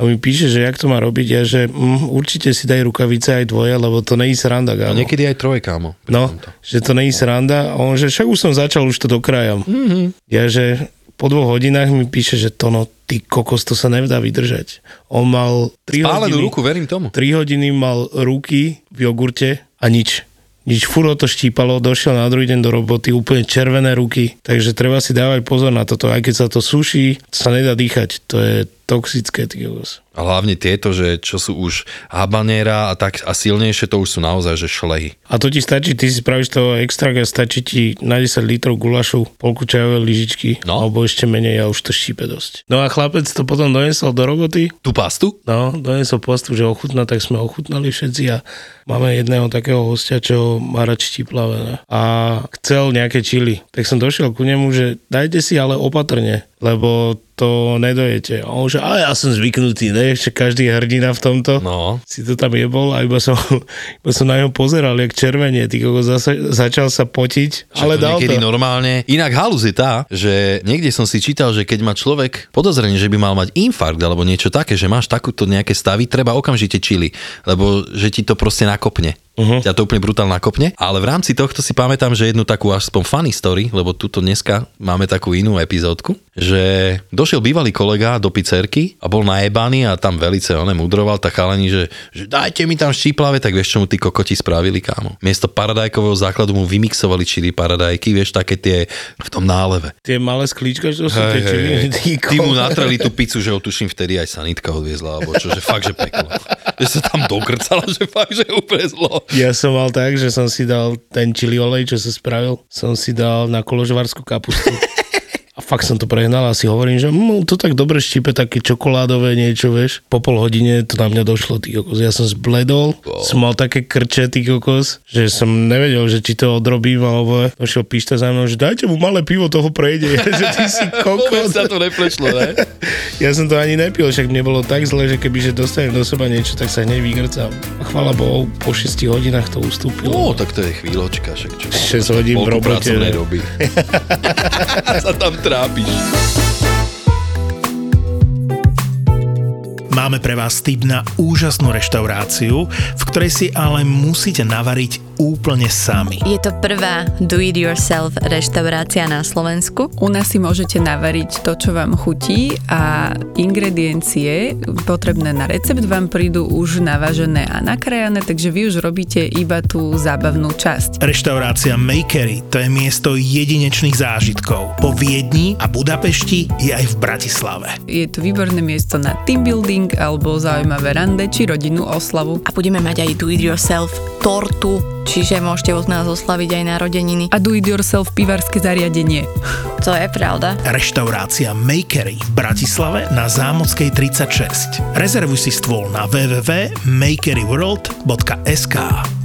[SPEAKER 1] A mi píše, že jak to má robiť, ja, že mm, určite si daj rukavice aj tvoje, lebo to není sranda,
[SPEAKER 2] A
[SPEAKER 1] kámo.
[SPEAKER 2] niekedy aj troje, kámo. pri
[SPEAKER 1] No,
[SPEAKER 2] tomto.
[SPEAKER 1] že to není sranda. A on, že však už som začal, už to dokrájam. Mm-hmm. Ja, že po dvoch hodinách mi píše, že to no, ty kokos, to sa nedá vydržať. On mal 3 hodiny,
[SPEAKER 2] Pálenú ruku, verím tomu.
[SPEAKER 1] 3 hodiny mal ruky v jogurte a nič. Nič, furo to štípalo, došiel na druhý deň do roboty, úplne červené ruky, takže treba si dávať pozor na toto, aj keď sa to suší, to sa nedá dýchať, to je toxické, ty kokos.
[SPEAKER 2] A hlavne tieto, že čo sú už habanera a, tak, a silnejšie, to už sú naozaj, že šlehy.
[SPEAKER 1] A to ti stačí, ty si spravíš toho extra, stačí ti na 10 litrov gulašu polku čajovej lyžičky,
[SPEAKER 2] No.
[SPEAKER 1] alebo ešte menej a už to štípe dosť. No a chlapec to potom donesol do roboty,
[SPEAKER 2] Tú pastu?
[SPEAKER 1] no, donesol postu, že ochutná, tak sme ochutnali všetci a máme jedného takého hostia, čo má rád štíplavené. A chcel nejaké čili, tak som došiel ku nemu, že dajte si ale opatrne, lebo to nedojete. A on že, ale ja som zvyknutý, ne, ešte každý je hrdina v tomto
[SPEAKER 2] No.
[SPEAKER 1] si to tam jebol a iba som, iba som na ňo pozeral, jak červenie, ty kokos, zasa, začal sa potiť, ale
[SPEAKER 2] Ale to
[SPEAKER 1] dal
[SPEAKER 2] niekedy no-
[SPEAKER 1] to.
[SPEAKER 2] normálne. Inak halus je tá, že niekde som si čítal, že keď má človek podozrenie, že by mal mať infarkt alebo niečo také, že máš takúto nejaké stavy, treba okamžite čili, lebo že ti to proste nakopne.
[SPEAKER 1] Mhm.
[SPEAKER 2] Uh-huh. Ťa to úplne brutálne nakopne. Ale v rámci tohto si pamätám, že jednu takú aspoň funny story, lebo tuto dneska máme takú inú epizódku, že došiel bývalý kolega do pizzerky a bol najebaný a tam velice onem udroval, tak chalani, že, že dajte mi tam štíplave, tak vieš, čo mu tí kokoti spravili, kámo. Miesto paradajkového základu mu vymixovali čili paradajky, vieš, také tie v tom náleve.
[SPEAKER 1] Tie malé sklíčka, čo sú tie
[SPEAKER 2] Hej, hej,
[SPEAKER 1] čili,
[SPEAKER 2] hej.
[SPEAKER 1] ty
[SPEAKER 2] Ty mu
[SPEAKER 1] kokos.
[SPEAKER 2] natreli tú pizzu, že ho tuším vtedy aj sanitka odviezla, alebo čo, že fakt, že peklo. Že sa tam dogrcala, že fakt, že úplne zlo.
[SPEAKER 1] Ja som mal tak, že som si dal ten čili olej, čo som spravil, som si dal na koložvarskú kapustu. A fakt som to prehnal a si hovorím, že mm, to tak dobre štípe, také čokoládové niečo, vieš. Po pol hodine to na mňa došlo, ty kokos. Ja som zbledol,
[SPEAKER 2] Wow.
[SPEAKER 1] som mal také krče, ty kokos, že som nevedel, že či to odrobím, alebo došiel píšta za mnou, že dajte mu malé pivo, toho prejde. Ja, že ty si
[SPEAKER 2] Vôbec
[SPEAKER 1] kokos.
[SPEAKER 2] sa to neprešlo, ne?
[SPEAKER 1] Ja som to ani nepil, však mne bolo tak zle, že kebyže dostanem do seba niečo, tak sa hneď vygrcam. A chvála Bohu, po 6 hodinách to ustúpilo.
[SPEAKER 2] No, tak to je chvíľočka, však čo.
[SPEAKER 1] 6 hodín v
[SPEAKER 2] Polku
[SPEAKER 1] robote.
[SPEAKER 2] pracovnej doby. sa tam trápiš.
[SPEAKER 3] Máme pre vás tip na úžasnú reštauráciu, v ktorej si ale musíte navariť úplne sami.
[SPEAKER 4] Je to prvá do-it-yourself reštaurácia na Slovensku.
[SPEAKER 5] U nás si môžete navariť to, čo vám chutí a ingrediencie potrebné na recept vám prídu už navažené a nakrájané, takže vy už robíte iba tú zábavnú časť.
[SPEAKER 3] Reštaurácia Makery to je miesto jedinečných zážitkov. Po Viedni a Budapešti je aj v Bratislave.
[SPEAKER 5] Je to výborné miesto na team building alebo zaujímavé rande či rodinnú oslavu.
[SPEAKER 4] A budeme mať aj do-it-yourself tortu, čiže môžete od nás oslaviť aj narodeniny.
[SPEAKER 5] A do it yourself pivarské zariadenie.
[SPEAKER 4] To je pravda.
[SPEAKER 3] Reštaurácia Makery v Bratislave na Zámockej 36. Rezervuj si stôl na www.makeryworld.sk